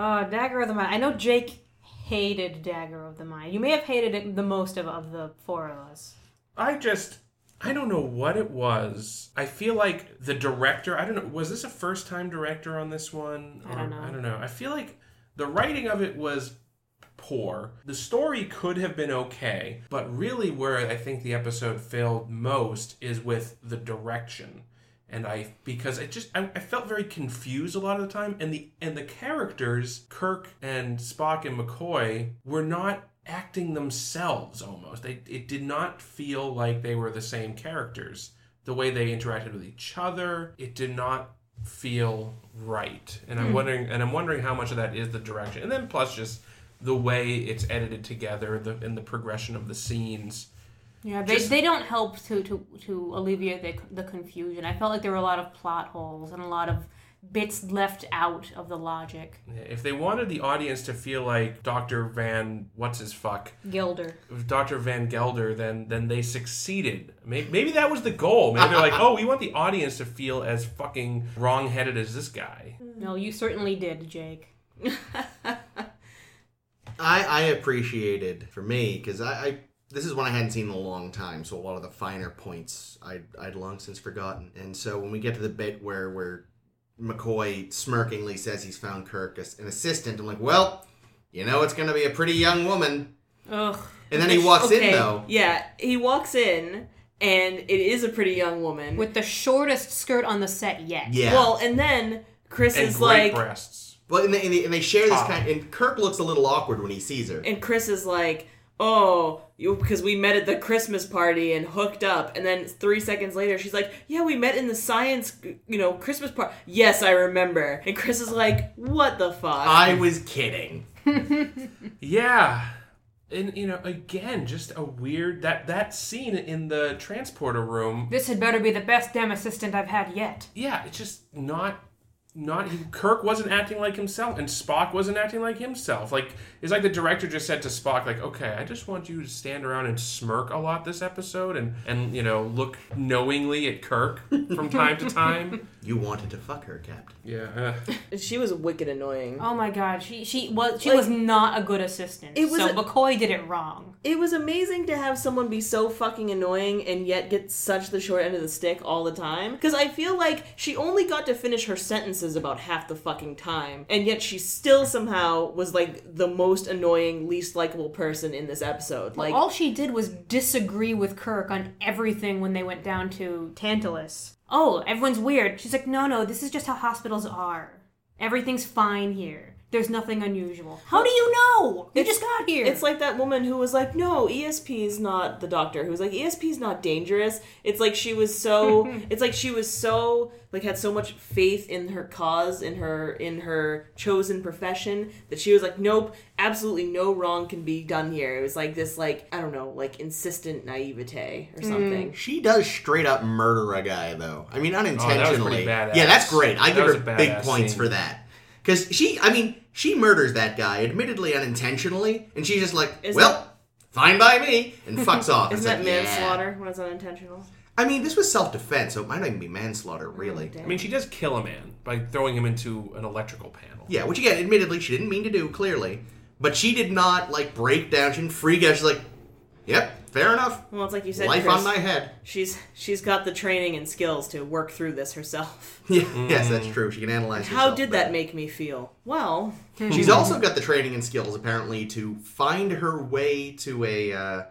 Oh, Dagger of the Mind. I know Jake hated Dagger of the Mind. You may have hated it the most of, of the four of us. I just I don't know what it was. I feel like the director, I don't know, was this a first time director on this one? I don't Or- know. I don't know. I feel like the writing of it was poor. The story could have been okay, but really where I think the episode failed most is with the direction. And I because I just I, I felt very confused a lot of the time and the and the characters, Kirk and Spock and McCoy, were not acting themselves almost. They it did not feel like they were the same characters. The way they interacted with each other, it did not feel right. And I'm wondering and I'm wondering how much of that is the direction. And then plus just the way it's edited together the, and the progression of the scenes. Yeah, they, Just- they don't help to, to, to alleviate the, the confusion. I felt like there were a lot of plot holes and a lot of bits left out of the logic. If they wanted the audience to feel like Dr. Van, what's his fuck, Gilder. Dr. Van Gelder, then then they succeeded. Maybe, maybe that was the goal. Maybe they're like, oh, we want the audience to feel as fucking wrong-headed as this guy. No, you certainly did, Jake. I, I appreciated for me because I, I this is one I hadn't seen in a long time, so a lot of the finer points I I'd long since forgotten. And so when we get to the bit where where McCoy smirkingly says he's found Kirk as an assistant, I'm like, well, you know it's going to be a pretty young woman. Ugh. And then he walks okay. in though. Yeah, he walks in, and it is a pretty young woman. With the shortest skirt on the set yet. Yeah. well, and then Chris And is great like, breasts. well, and they, and they, and they share this Tom. kind. And Kirk looks a little awkward when he sees her. and Chris is like, "Oh, you because we met at the Christmas party and hooked up." And then 3 seconds later, she's like, "Yeah, we met in the science, you know, Christmas party." Yes, I remember. And Chris is like, "What the fuck?" I was kidding. Yeah. And you know, again, just a weird that that scene in the transporter room This had better be the best damn assistant I've had yet. yeah, it's just not not he- Kirk wasn't acting like himself, and Spock wasn't acting like himself. Like it's like the director just said to Spock, like, okay, I just want you to stand around and smirk a lot this episode, and and you know look knowingly at Kirk from time to time. You wanted to fuck her, Captain. Yeah, uh, she was wicked annoying. Oh my god, she she was she Like- was not a good assistant. It was so a- McCoy did it wrong. It was amazing to have someone be so fucking annoying and yet get such the short end of the stick all the time. Because I feel like she only got to finish her sentences about half the fucking time, and yet she still somehow was like the most annoying, least likable person in this episode. Like, All she did was disagree with Kirk on everything when they went down to Tantalus. Oh, everyone's weird. She's like, no, no, this is just how hospitals are. Everything's fine here. There's nothing unusual. How do you know? You just got here. It's like that woman who was like, "No, ESP is not the doctor." Who was like, "ESP is not dangerous." It's like she was so. it's like she was so like had so much faith in her cause, in her in her chosen profession that she was like, "Nope, absolutely no wrong can be done here." It was like this, like I don't know, like insistent naivete or something. She does straight up murder a guy, though. I Oh, mean, unintentionally. badass. yeah, that's great. I That give was her a big badass points scene. for that. Because she, I mean, she murders that guy, admittedly unintentionally, and she's just like, Isn't- well, fine by me, and fucks off. It's Isn't that like, yeah. manslaughter when it's unintentional? I mean, this was self defense, so it might not even be Oh, manslaughter, really. I mean, she does kill a man by throwing him into an electrical panel. yeah, which again, admittedly, she didn't mean to do, clearly. But she did not, like, break down. She didn't freak out. She's like, yep, fair enough. Well, it's like you said, Life Chris, on my head. she's she's got the training and skills to work through this herself. Yeah, Yes, Mm. that's true. She can analyze How herself did better. that make me feel? Well, Mm-hmm. She's also got the training and skills apparently to find her way to a uh,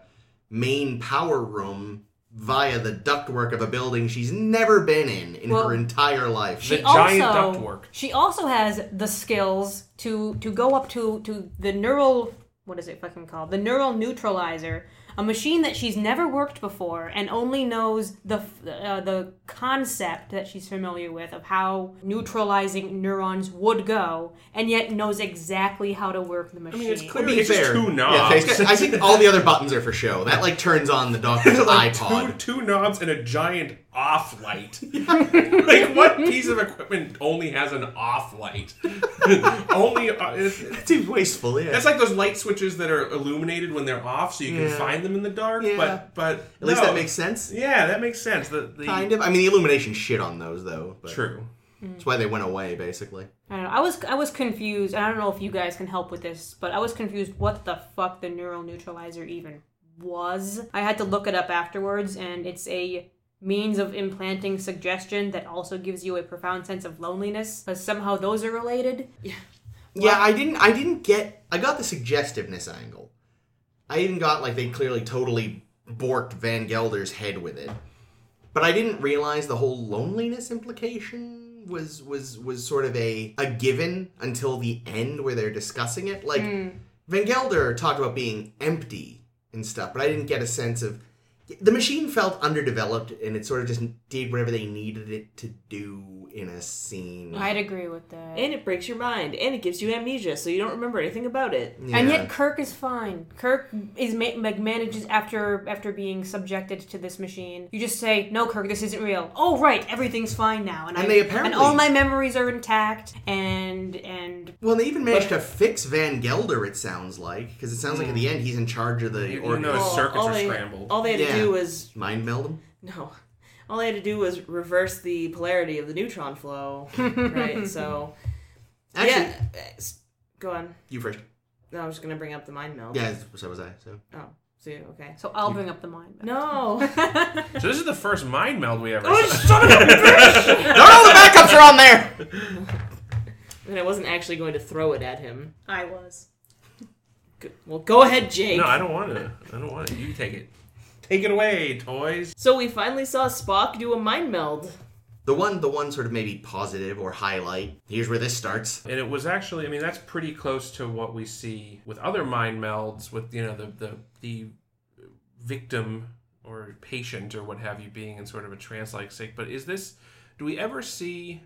main power room via the ductwork of a building she's never been in in Well, her entire life. the giant also- ductwork. She also has the skills to to go up to to the neural what is it fucking called? The neural neutralizer, a machine that she's never worked before and only knows the f- uh, the concept that she's familiar with of how neutralizing neurons would go, and yet knows exactly how to work the machine. mean, it's To clear- be It's just fair- two Yeah, knobs. thanks. I think all the other buttons are for show. That like turns on the doctor's like two, iPod. two knobs and a giant off light. like what piece of equipment only has an off light? only uh, it's, Too wasteful, yeah. That's like those light switches that are illuminated when they're off, so you Yeah. can find them in the dark. Yeah. But but at At least that makes sense. Yeah, that makes sense. The, the Kind of. I mean, the illumination shit on those though. But true. That's why they went away, basically. I, don't know, I was I was confused. and I don't know if you guys can help with this, but I was confused. What the fuck the neural neutralizer even was. I had to look it up afterwards, and it's a means of implanting suggestion that also gives you a profound sense of loneliness, because somehow those are related. Yeah, I didn't. I didn't get. I got the suggestiveness angle. I even got like they clearly totally borked Van Gelder's head with it, but I didn't realize the whole loneliness implication was was was sort of a a given until the end where they're discussing it. Like Hmm. Van Gelder talked about being empty and stuff, but I didn't get a sense of. The machine felt underdeveloped, and it sort of just did whatever they needed it to do in a scene. I'd agree with that. And it breaks your mind, and it gives you amnesia, so you don't remember anything about it. And Yeah. yet Kirk is fine. Kirk is ma- like manages after after being subjected to this machine. You just say, "No, Kirk, this isn't real." Oh, right, everything's fine now, and, And I, they apparently- and all my memories are intact, and and Well, they even managed to fix Van Gelder. It sounds like because it sounds like at the end he's in charge of the You- you organ- know- Those circuits are they, scrambled. All they had Yeah. to do was mind meld him. no. All they had to do was reverse the polarity of the neutron flow, right? So Actually, yeah, s- go on. you first. No, I was gonna bring up the mind meld. Yeah, so was I. So Oh, so you- okay. so I'll bring up the mind. No. So this is the first mind meld we ever. Oh, saw. no, no, the backups are on there. and I wasn't actually going to throw it at him. I was. Go- Well, go ahead, Jake. No, I don't want to. I don't want it. You take it. Take it away, toys. So we finally saw Spock do a mind meld. The one, the one sort of maybe positive or highlight. Here's where this starts. And it was actually, I mean, that's pretty close to what we see with other mind melds, with you know the the the victim or patient or what have you being in sort of a trance-like state. But is this? Do we ever see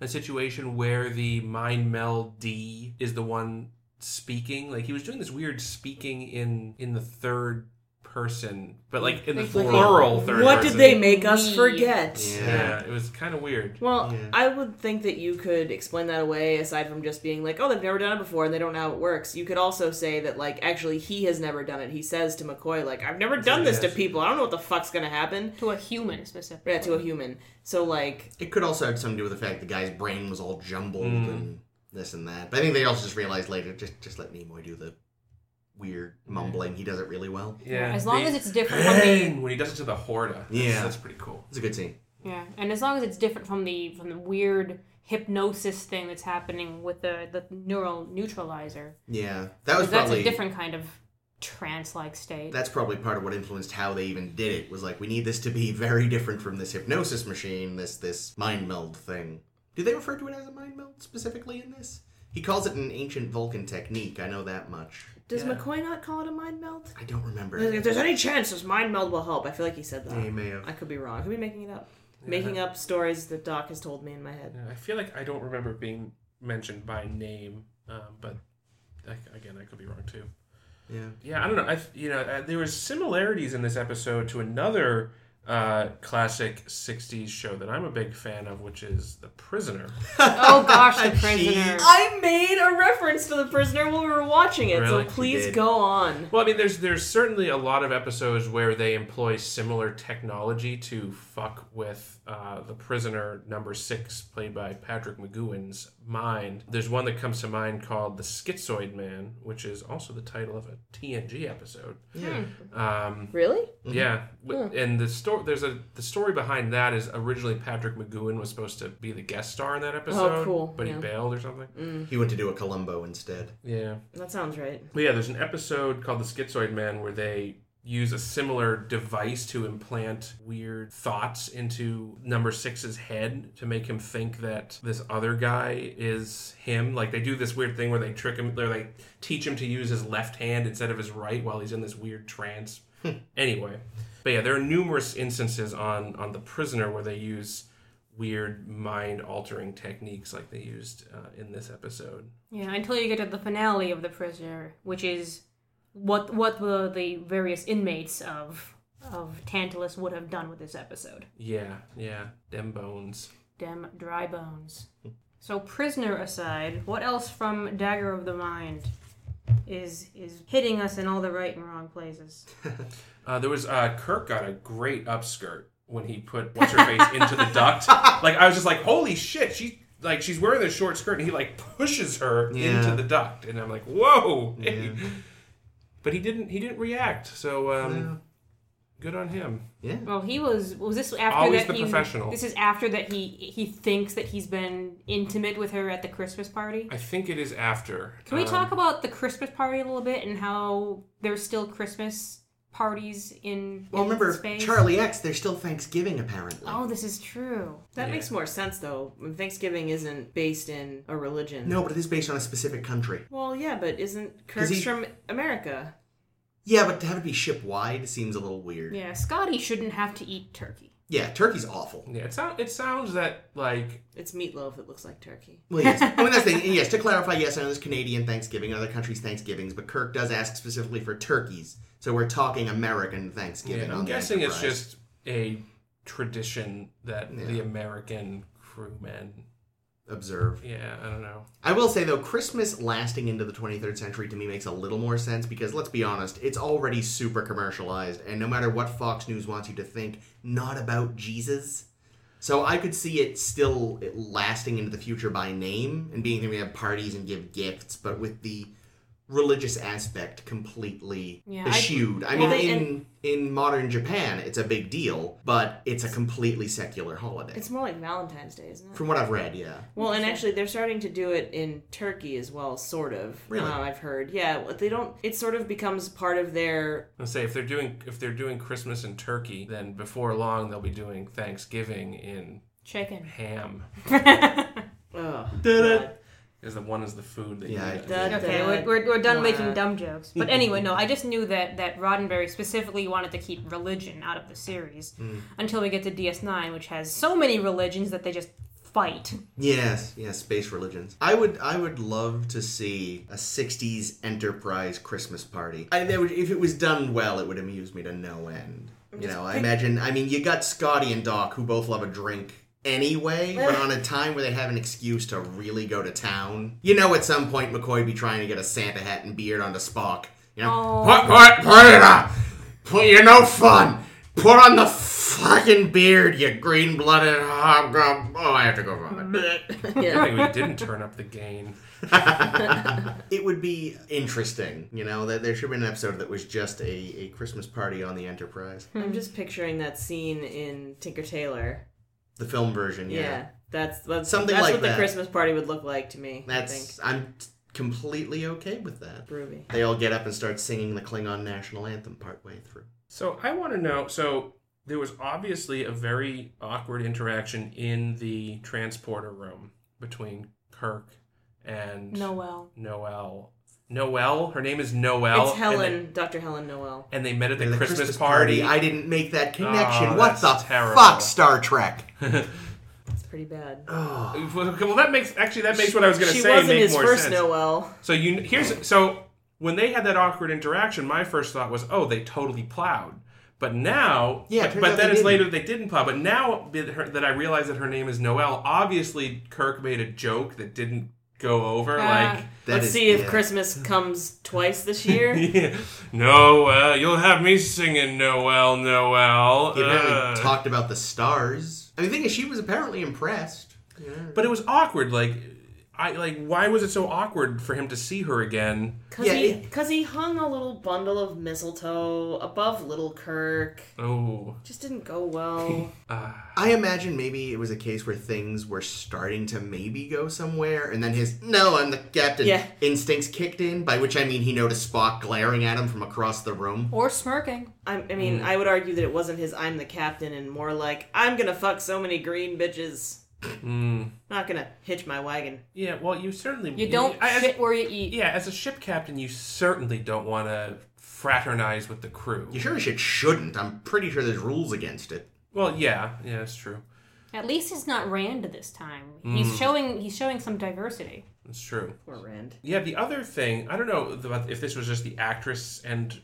a situation where the mind meld D is the one speaking? Like he was doing this weird speaking in in the third person, but like in the Like, like, plural third. What did person. they make us We- forget? Yeah, it was kind of weird. Well, Yeah. I would think that you could explain that away aside from just being like, oh, they've never done it before and they don't know how it works. You could also say that, like, actually, he has never done it. He says to McCoy, like, I've never done this to yes. people. I don't know what the fuck's gonna happen. To a human specifically. Yeah, to a human. So, like, It could also have something to do with the fact the guy's brain was all jumbled and this and that. But I think they also just realized later, just just let Nimoy do the weird mumbling. He does it really well. Yeah, As long the- as it's different from the when he does it to the Horda. That's, Yeah. that's pretty cool. It's a good scene. yeah, and as long as it's different from the from the weird hypnosis thing that's happening with the the neural neutralizer, Yeah, that was 'Cause that's probably a different kind of trance-like state. that's probably part of what influenced how they even did it was like we need this to be very different from this hypnosis machine this this mind meld thing do they refer to it as a mind meld specifically in this he calls it an ancient vulcan technique i know that much does Yeah. McCoy not call it a mind meld? i don't remember If there's any chance this mind meld will help, I feel like he said that. He may have. I could be wrong. I could be making it up. Making up stories that Doc has told me in my head. Yeah, I feel like I don't remember it being mentioned by name, um, but I- again, I could be wrong too. yeah Yeah, I don't know. I you know uh, there was similarities in this episode to another uh, classic '60s show that I'm a big fan of, which is The Prisoner. oh gosh, the prisoner. I made a reference to the prisoner while we were watching it, Really? so You please did. go on. Well, I mean, there's there's certainly a lot of episodes where they employ similar technology to fuck with uh, the prisoner number six, played by Patrick McGowan's mind. There's one that comes to mind called the Schizoid Man, which is also the title of a TNG episode. yeah Um, Really? yeah, w- and the story there's a the story behind that is originally Patrick McGowan was supposed to be the guest star in that episode, Oh, cool. but Yeah. Mm. he bailed or something. he went to do a columbo instead Yeah. That sounds right. But yeah, there's an episode called The Schizoid Man where they use a similar device to implant weird thoughts into number six's head to make him think that this other guy is him. Like they do this weird thing where they trick him or they teach him to use his left hand instead of his right while he's in this weird trance. anyway. But yeah, there are numerous instances on on the prisoner where they use weird mind altering techniques like they used uh, in this episode. Yeah, until you get to the finale of the prisoner, which is what what the, the various inmates of of Tantalus would have done with this episode. Yeah, yeah, them bones. Dem dry bones. So prisoner aside, what else from Dagger of the Mind is is hitting us in all the right and wrong places? Uh, there was uh, Kirk got a great upskirt when he put what's her face into the duct. Like I was just like, holy shit, she like she's wearing this short skirt, and he like pushes her Yeah. into the duct, and I'm like, whoa, hey, But he didn't. He didn't react. So um, good on him. Yeah. Well, he was. Was this after Always that? the he, professional. This is after that he he thinks that he's been intimate with her at the Christmas party. I think it is after. Can we Um, talk about the Christmas party a little bit and how there's still Christmas parties in Well, in remember space? Charlie X? There's still Thanksgiving apparently. Oh, this is true. That Yeah. makes more sense though. Thanksgiving isn't based in a religion. No, but it is based on a specific country. Well, yeah, but isn't Kirk's he- from America? Yeah, but to have it be ship wide seems a little weird. Yeah. Yeah, Scotty shouldn't have to eat turkey. turkey's awful. Yeah, it sounds. It sounds that like It's meatloaf. It looks like turkey. Well, yes. I mean, that's the thing. And yes, to clarify, yes, I know there's Canadian Thanksgiving and other countries' Thanksgivings, but Kirk does ask specifically for turkeys, so we're talking American Thanksgiving. yeah, on I'm the guessing it's Enterprise. just a tradition that the Yeah. American crewmen. observe. Yeah, I don't know. I will say though, Christmas lasting into the 23rd century to me makes a little more sense because let's be honest, it's already super commercialized, and no matter what Fox News wants you to think, not about Jesus. So I could see it still lasting into the future by name and being that we have parties and give gifts, but with the religious aspect completely Yeah, I- eschewed. I, mean, well, they- in in modern Japan, it's a big deal, but it's a completely secular holiday. It's more like Valentine's Day, isn't it? From what I've read, yeah. Well, and actually, they're starting to do it in Turkey as well, sort of. Really? Uh, I've heard. Yeah, what they don't. It sort of becomes part of their. Let's say if they're doing if they're doing Christmas in Turkey, then before long they'll be doing Thanksgiving in Chicken. ham. Oh, Is the one is the food that Yeah, you I- eat. Da- Okay, da- we're, we're, we're done Wah. making dumb jokes. But anyway, no, I just knew that, that Roddenberry specifically wanted to keep religion out of the series Mm. until we get to DS9, which has so many religions that they just fight. Yes, yes, space religions. I would, I would love to see a '60s Enterprise Christmas party. I, that would, if it was done well, it would amuse me to no end. You know, I imagine. I mean, you got Scotty and Doc, who both love a drink anyway, but on a time where they have an excuse to really go to town. You know, at some point, McCoy would be trying to get a Santa hat and beard onto Spock. You know, Oh. put, put, put it up. Put, you're no fun. Put on the fucking beard, you green-blooded hobgoblin. Oh, I have to go vomit. I yeah. think we didn't turn up the gain. It would be interesting, you know, that there should be an episode that was just a, a Christmas party on the Enterprise. I'm just picturing that scene in Tinker Tailor. The film version, Yeah, yeah. that's that's, Something that's like what that. the Christmas party would look like to me. I think. That's I'm t- completely okay with that. groovy. They all get up and start singing the Klingon national anthem partway through. So I want to know. So there was obviously a very awkward interaction in the transporter room between Kirk and Noel. Noel. Noel. Her name is Noel. it's Helen, Dr. Helen Noel. And they, and they met at the, And Christmas, party. I didn't make that connection. Oh, what that's the terrible. fuck, Star Trek? It's pretty bad. well, that makes actually that makes what I was going to she say wasn't make his more first sense. Noel. So you here's so when they had that awkward interaction, my first thought was, oh, they totally plowed. But now, Yeah, it but, turns but out then they it's didn't. later they didn't plow. But now that her- that I realize that her name is Noelle, obviously Kirk made a joke that didn't go over. Ah. That Let's is- see if yeah. Christmas comes twice this year. like, Noelle, you'll have me singing Noelle, Noelle. He apparently uh." talked about the stars. I mean, the thing is, she was apparently impressed. Yeah. but it was awkward. Like, I like why was it so awkward for him to see her again? Cause Yeah, he it- cause he hung a little bundle of mistletoe above little Kirk. Oh, Just didn't go well. I imagine maybe it was a case where things were starting to maybe go somewhere, and then his "No, I'm the captain" Yeah. instincts kicked in. By which I mean he noticed Spock glaring at him from across the room. Or smirking. I, I Mm. mean, I would argue that it wasn't his "I'm the captain" and more like "I'm gonna fuck so many green bitches." Mm. Not gonna hitch my wagon. yeah. Well, you certainly You don't I- I- shit where you eat. Yeah, as a ship captain, you certainly don't want to fraternize with the crew. You sure as shit shouldn't. I'm pretty sure there's rules against it. Well, yeah, yeah, that's true. At least he's not Rand this time. Mm. He's showing he's showing some diversity. That's true. Poor Rand. Yeah, the other thing, I don't know about if this was just the actress and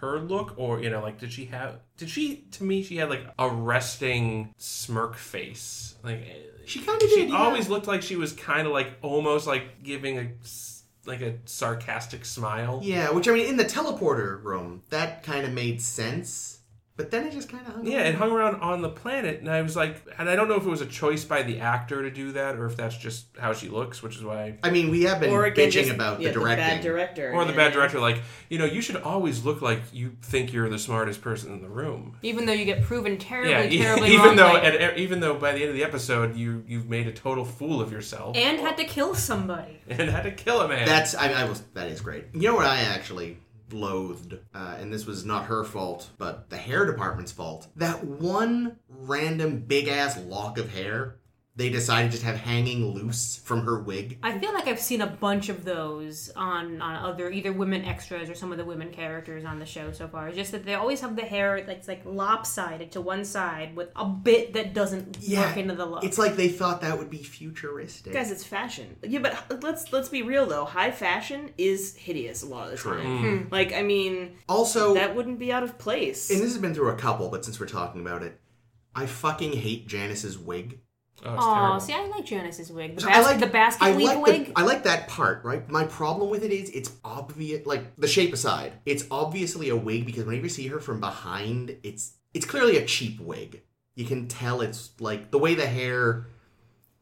her look or, you know, like did she have did she to me she had like a resting smirk face. Like eh, She kind of she did. yeah. always looked like she was kind of like almost like giving a s- like a sarcastic smile. Yeah, which I mean, in the teleporter room, that kind of made sense. But then it just kind of hung Yeah, on. it hung around on the planet, and I was like, and I don't know if it was a choice by the actor to do that, or if that's just how she looks, which is why. I mean, we have been or again, bitching just, about yeah, the bad directing. director, Or the yeah. bad director, like, you know, you should always look like you think you're the smartest person in the room. Even though you get proven terribly, Yeah, e- terribly even wrong, though like- at, e- even though by the end of the episode you you've made a total fool of yourself and, and had to kill somebody. had to kill a man. That's I, I was that is great. You know what I actually loathed, uh, and this was not her fault, but the hair department's fault. That one random big ass lock of hair they decided to just have hanging loose from her wig. I feel like I've seen a bunch of those on on other either women extras or some of the women characters on the show so far. It's just that they always have the hair that's like lopsided to one side with a bit that doesn't work into the look. it's like they thought that would be futuristic. Guys, it's fashion. Yeah, but let's let's be real though. High fashion is hideous a lot of the True. time. Like, I mean, also, that wouldn't be out of place. and this has been through a couple, but since we're talking about it, I fucking hate Janice's wig. oh, it's Oh, terrible. see, I like Janice's wig. The, So bas- the basket I weave like wig. The, I like that part, right? My problem with it is it's obvious. Like the shape aside, it's obviously a wig because whenever you see her from behind, it's it's clearly a cheap wig. You can tell it's like the way the hair.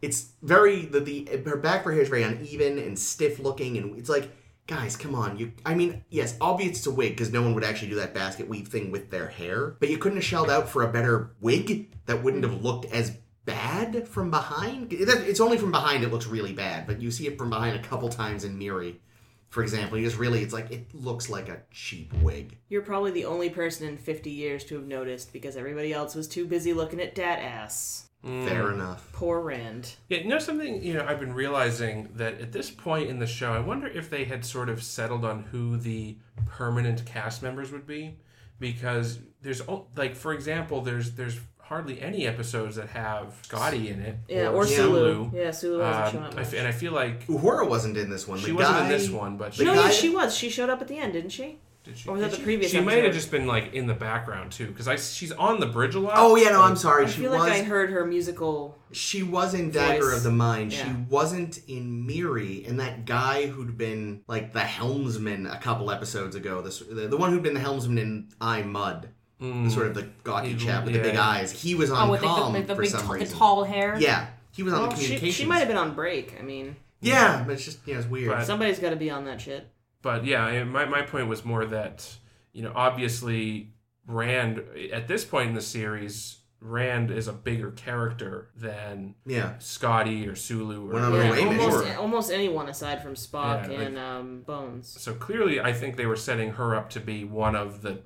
It's very the, the her back of her hair is very uneven and stiff looking, and it's like. Guys, come on! You, I mean, yes, obvious it's a wig because no one would actually do that basket weave thing with their hair. But you couldn't have shelled out for a better wig that wouldn't have looked as bad from behind. It- that- It's only from behind it looks really bad, but you see it from behind a couple times in Miri, for example. You just really, it's like it looks like a cheap wig. You're probably the only person in 50 years to have noticed because everybody else was too busy looking at dat ass. Fair enough. Poor Rand. Yeah, you know something. You know, I've been realizing that at this point in the show, I wonder if they had sort of settled on who the permanent cast members would be, because there's o- like, for example, there's there's hardly any episodes that have Scotty in it. Yeah, or Yeah. Sulu. Yeah, Sulu wasn't Um, showing up. I f- much. and I feel like Uhura wasn't in this one. The she wasn't in guy- this one, but she, the no, yeah, guy- she was. She showed up at the end, didn't she? did she, or was did that the she? previous She might have episode? just been like in the background too, because I she's on the bridge a lot. Oh yeah, no, I'm sorry. I she feel was. like I heard her musical. She was in Dagger Voice. of the Mind. She Yeah. wasn't in Miri, and that guy who'd been like the helmsman a couple episodes ago. This the, the one who'd been the helmsman in I Mud, the sort of the gawky He- chap with the big yeah. eyes. He was on oh, with like, the, calm like, the for big, some t- the reason. tall Oh, hair. Yeah, he was on Well, the she, communications. she might have been on break. I mean, Yeah, but it's just you know it's weird. But- somebody's got to be on that shit. But yeah, I- my, my point was more that, you know, obviously Rand, at this point in the series, Rand is a bigger character than yeah, Scotty or Sulu or Winona or Ryder. Uhura. almost, sure. almost anyone aside from Spock Yeah, like- and um, Bones. So clearly, I think they were setting her up to be one of the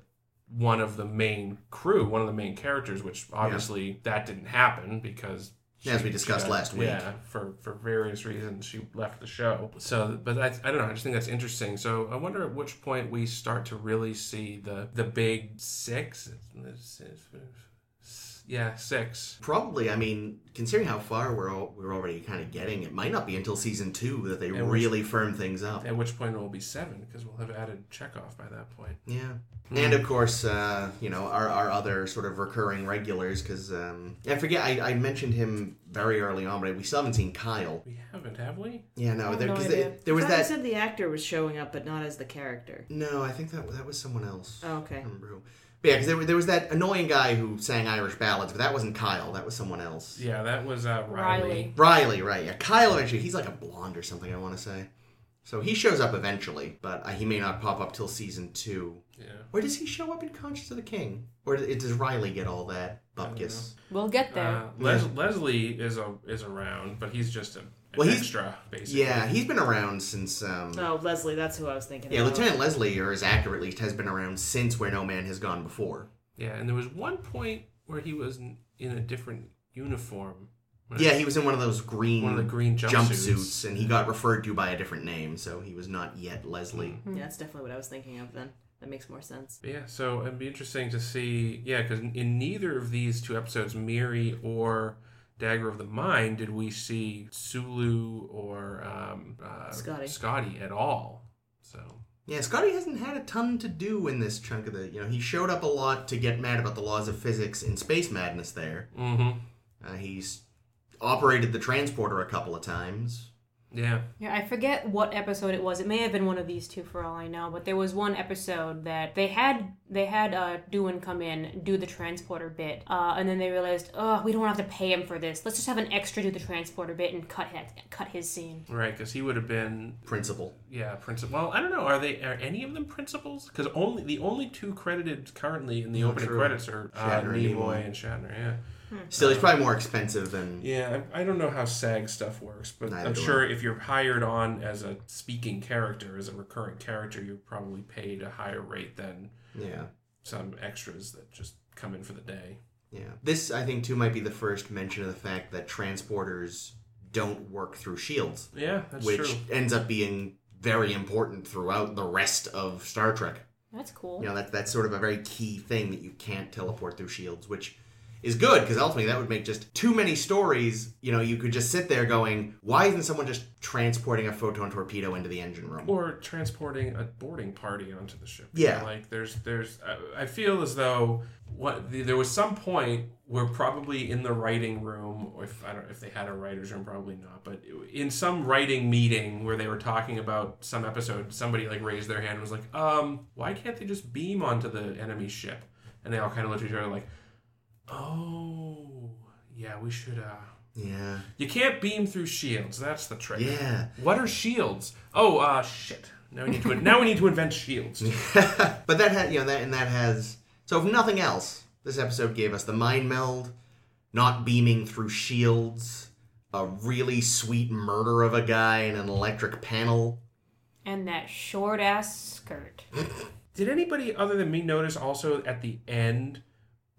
one of the main crew, one of the main characters, which obviously that didn't happen because As we discussed got- last week. yeah, for for various reasons she left the show. So, but I, I don't know. I just think that's interesting. So I wonder at which point we start to really see the the big six. Yeah, six. probably. I mean, considering how far we're all, we're already kind of getting, it might not be until season two that they Yeah, which- really firm things up. At which point it will be seven because we'll have added Chekhov by that point. Yeah. And of course, uh, you know, our, our other sort of recurring regulars, because um, I forget, I, I mentioned him very early on, but we still haven't seen Kyle. We haven't, have we? Yeah, no, have there, no 'cause they- idea. there was I thought you that. said the actor was showing up, but not as the character. No, I think that that was someone else. Oh, okay. I don't remember who. But yeah, because there, were- there was that annoying guy who sang Irish ballads, but that wasn't Kyle, that was someone else. Yeah, that was uh, Riley. Riley, right? Yeah, Kyle eventually. He's like a blonde or something. I want to say. So he shows up eventually, but uh, he may not pop up till season two. Yeah. Or does he show up in Conscience of the King? Or does does Riley get all that bupkis? We'll get there. Uh, Les- Leslie is a is around, but he's just a, an Well, he's- extra basically. Yeah, he's been around since. Um, No, Oh, Leslie, that's who I was thinking. Yeah, about. Lieutenant Leslie, or his actor at least, has been around since Where No Man Has Gone Before. Yeah, and there was one point where he was in in a different uniform. Yeah, he was in one of those green, One of the green jumpsuits. jumpsuits. and he got referred to by a different name, so he was not yet Hmm. Leslie. Yeah, that's definitely what I was thinking of then. That makes more sense. Mm. But yeah, so it'd be interesting to see. Yeah, because in neither of these two episodes, Miri or Dagger of the Mind, did we see Sulu or um, uh, Scotty. Scotty at all? So Yeah, Scotty hasn't had a ton to do in this chunk of the. You know, he showed up a lot to get mad about the laws of physics in Space Madness. There, mm-hmm. uh, he's operated the transporter a couple of times. Yeah. Yeah, I forget what episode it was. It may have been one of these two for all I know, but there was one episode that they had they had uh Doohan come in, do the transporter bit, uh, and then they realized, oh, we don't have to pay him for this. Let's just have an extra do the transporter bit and cut his, cut his scene. Right, because he would have been Principal. Yeah, principal. Well, I don't know. Are they are any of them principals? Because only the only two credited currently in the opening true. credits are uh, Shatner and Nimoy, Nimoy. and Shatner. Yeah, Still, he's probably more expensive than. yeah. I, I don't know how SAG stuff works, but Neither I'm do I. sure if you're hired on as a speaking character, as a recurring character, you're probably paid a higher rate than Yeah. some extras that just come in for the day. Yeah. This, I think, too, might be the first mention of the fact that transporters don't work through shields, Yeah, that's which true. ends up being very important throughout the rest of Star Trek. That's cool. You know, that, that's sort of a very key thing that you can't teleport through shields, which is good because ultimately that would make just too many stories. You know, you could just sit there going, why isn't someone just transporting a photon torpedo into the engine room? or transporting a boarding party onto the ship. Yeah. like there's there's uh, I I feel as though what the, there was some point where probably in the writing room, or if I don't if they had a writers room, probably not, but in some writing meeting where they were talking about some episode, somebody like raised their hand and was like, um, why can't they just beam onto the enemy ship? And they all kind of looked at each other like, oh, yeah, we should. uh Yeah. you can't beam through shields. That's the trick. Yeah. What are shields? Oh, uh, shit. Now we need to now we need to invent shields. but that had you know that and that has so if nothing else, this episode gave us the mind meld, not beaming through shields, a really sweet murder of a guy in an electric panel. And that short ass skirt. Did anybody other than me notice also at the end,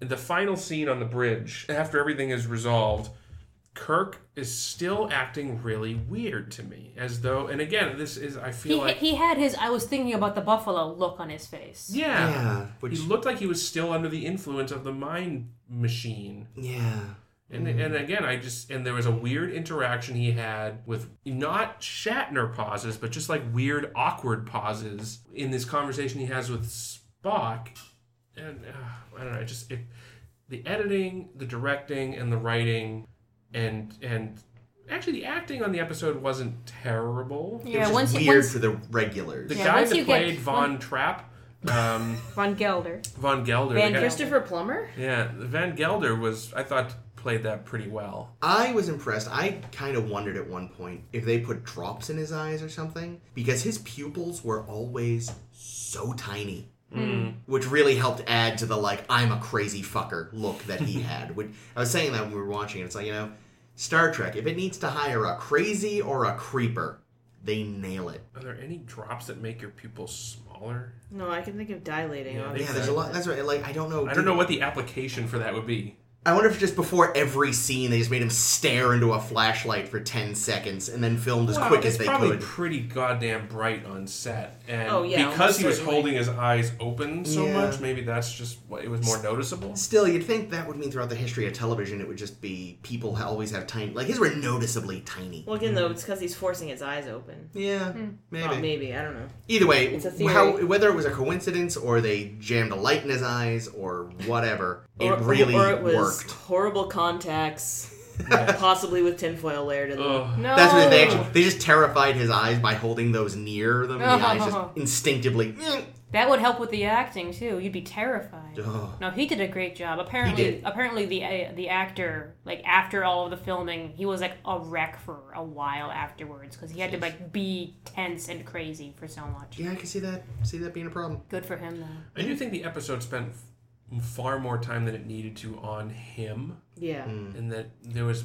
in the final scene on the bridge, after everything is resolved, Kirk is still acting really weird to me, as though. And again, this is I feel He, like he had his I was thinking about the buffalo look on his face. yeah, which he looked like he was still under the influence of the mind machine. yeah. And, and again, I just and there was a weird interaction he had with not Shatner pauses, but just like weird, awkward pauses in this conversation he has with Spock. And uh, I don't know, I just it, the editing, the directing, and the writing, and and actually the acting on the episode wasn't terrible. It was Yeah, just once you weird once for the regulars. The Yeah, guy once that you get- played Von Trapp, um, Von Gelder. Von Gelder, Van the guy- Christopher Christopher Plummer? yeah, Van Gelder was I thought played that pretty well. I was impressed. I kind of wondered at one point if they put drops in his eyes or something because his pupils were always so tiny. Which really helped add to the like I'm a crazy fucker look that he had. Which I was saying that when we were watching it. It's like, you know, Star Trek, if it needs to hire a crazy or a creeper, they nail it. Are there any drops that make your pupils smaller? No, I can think of dilating. Yeah, on they- Yeah, there's a lot that's right. Like I don't know I don't know what the application for that would be. I wonder if just before every scene they just made him stare into a flashlight for ten seconds and then filmed as Well, quick it's as they probably could. pretty goddamn bright on set, and Oh, yeah, because almost he was certainly. holding his eyes open so Yeah. much, maybe that's just what it was more noticeable. Still, you'd think that would mean throughout the history of television, it would just be people ha- always have tiny. Like his were noticeably tiny. Well, again, though, it's because he's forcing his eyes open. Yeah, maybe. Oh, maybe. I don't know. Either way, It's a wh- how- theory. whether it was a coincidence or they jammed a light in his eyes or whatever, or, it really or it was worked. horrible contacts, Yeah. possibly with tinfoil layered in them. Ugh. No. That's what they actually, they just terrified his eyes by holding those near them. And the eyes just instinctively. That would help with the acting too. You'd be terrified. Ugh. No, he did a great job. Apparently, He did. apparently the uh, the actor, like after all of the filming, he was like a wreck for a while afterwards because he had to like be tense and crazy for so much. Yeah, I can see that. See that being a problem. Good for him though. I do think the episode spent f- far more time than it needed to on him, Yeah. Mm. and that there was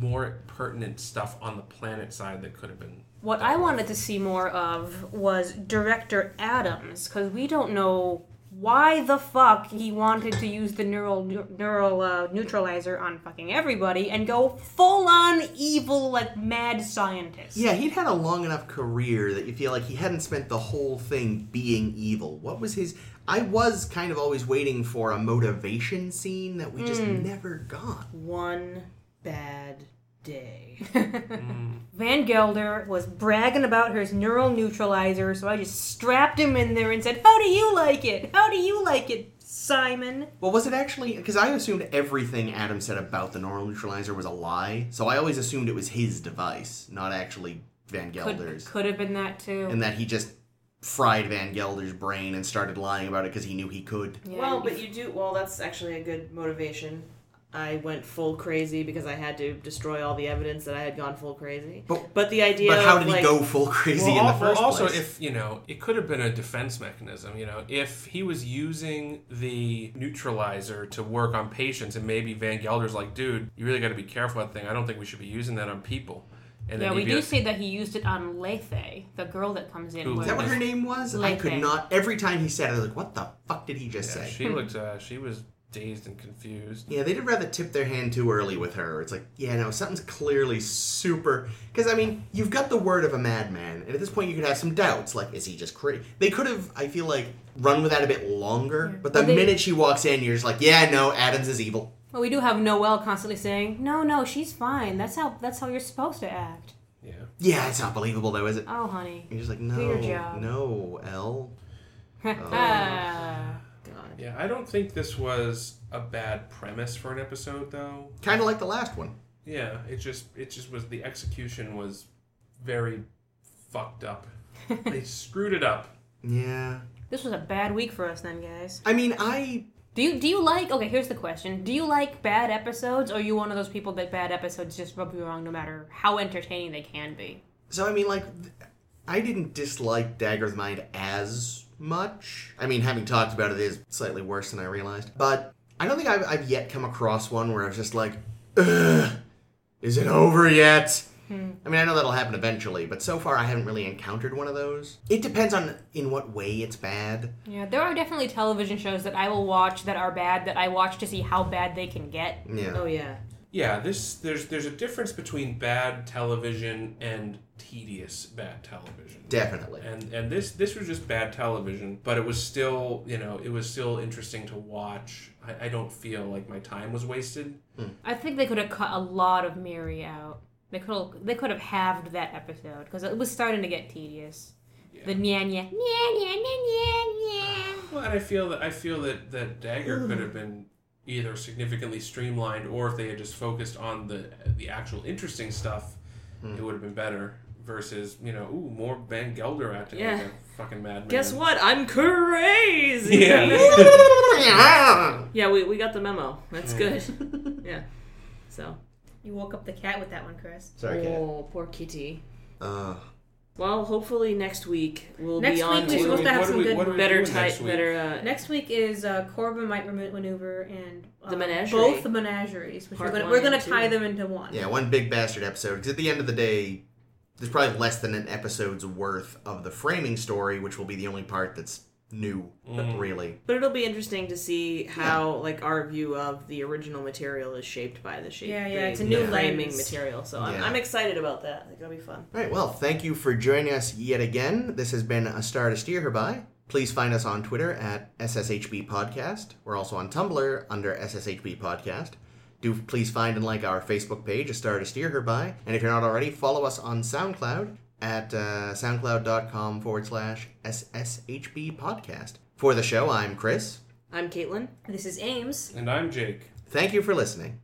more pertinent stuff on the planet side that could have been. What I wanted to see more of was director Adams because we don't know why the fuck he wanted to use the neural neural uh, neutralizer on fucking everybody and go full on evil like mad scientist. Yeah, he'd had a long enough career that you feel like he hadn't spent the whole thing being evil. What was his? I was kind of always waiting for a motivation scene that we just Hmm. never got. One bad day. Mm. Van Gelder was bragging about his neural neutralizer, so I just strapped him in there and said, How do you like it? How do you like it, Simon? Well, was it actually? Because I assumed everything Adam said about the neural neutralizer was a lie, so I always assumed it was his device, not actually Van Could, Gelder's, could have been that too. and that he just fried Van Gelder's brain and started lying about it because he knew he could. Yeah, Well, but you do. Well, that's actually a good motivation. I went full crazy because I had to destroy all the evidence that I had gone full crazy. But- But the idea. but how of, did like, he go full crazy Well, in the al- well, first also, place? if you know, it could have been a defense mechanism. You know, if he was using the neutralizer to work on patients, and maybe Van Gelder's like, "Dude, you really got to be careful with that thing. I don't think we should be using that on people." And yeah, he'd we be do like- say that he used it on Lethe, the girl that comes in. Who- with- Is that what her name was? I Like could that. not. Every time he said it, I was like, "What the fuck did he just Yeah, say?" she looked. Uh, she was dazed and confused. Yeah, they did rather tip their hand too early with her. It's like, yeah, no, something's clearly super. Because I mean, you've got the word of a madman, and at this point, you could have some doubts. Like, is he just crazy? They could have, I feel like, run with that a bit longer. But the Well, they- minute she walks in, you're just like, yeah, no, Adams is evil. Well, we do have Noel constantly saying, "No, no, she's fine. That's how that's how you're supposed to act." Yeah. Yeah, it's not believable though, is it? Oh, honey. You're just like, Do your no, job." no, L. Oh. God. Yeah, I don't think this was a bad premise for an episode, though. Kind of like the last one. Yeah, it just it just was the execution was very fucked up. they screwed it up. Yeah. this was a bad week for us then, guys. I mean, I Do you do you like? Okay, here's the question: Do you like bad episodes, or are you one of those people that bad episodes just rub you wrong, no matter how entertaining they can be? So I mean, like, th- I didn't dislike Dagger's Mind as much. I mean, having talked about it is slightly worse than I realized, but I don't think I've, I've yet come across one where I was just like, Ugh, "Is it over yet?" I mean, I know that'll happen eventually, but so far I haven't really encountered one of those. It depends on in what way it's bad. Yeah, there are definitely television shows that I will watch that are bad that I watch to see how bad they can get. Yeah. Oh yeah. Yeah, this there's there's a difference between bad television and tedious bad television. Definitely. And and this this was just bad television, but it was still you know it was still interesting to watch. I, I don't feel like my time was wasted. I think they could have cut a lot of Miri out. They could they could have halved that episode because it was starting to get tedious. The nyanya, nyanya, nyanya, nyanya. Well, and I feel that I feel that that Dagger could have been either significantly streamlined, or if they had just focused on the the actual interesting stuff, it would have been better. Versus, you know, ooh, more Van Gelder acting like Yeah. a fucking madman. Guess what? I'm crazy. Yeah. Yeah, we, we got the memo. That's good. yeah. So. You woke up the cat with that one, Chris. Sorry, Kat. Oh, poor kitty. Uh, Well, hopefully next week we'll Next be on week we're to supposed to have What do some we- good what do we better do next type, week? better. Uh, Next weig is uh, Corbin might remove maneuver and uh, The menagerie. both the menageries, which Part we're gonna one we're gonna and two. tie them into one. yeah, one big bastard episode. Because at the end of the day, there's probably less than an episode's worth of the framing story, which will be the only part that's new, really. But it'll be interesting to see how like our view of the original material is shaped by the shape. Yeah, yeah, the- it's a the new framing lens. material. So I'm, Yeah. I'm excited about that. I think it'll be fun. All right, well, thank you for joining us yet again. This has been A Star to Steer Her By. Please find us on Twitter at SSHB Podcast. We're also on Tumblr under SSHB Podcast. Do please find and like our Facebook page, A Star to Steer Her By. And if you're not already, follow us on SoundCloud at uh, soundcloud.com forward slash SSHB Podcast. For the show, I'm Chris. I'm Caitlin. This is Ames. And I'm Jake. Thank you for listening.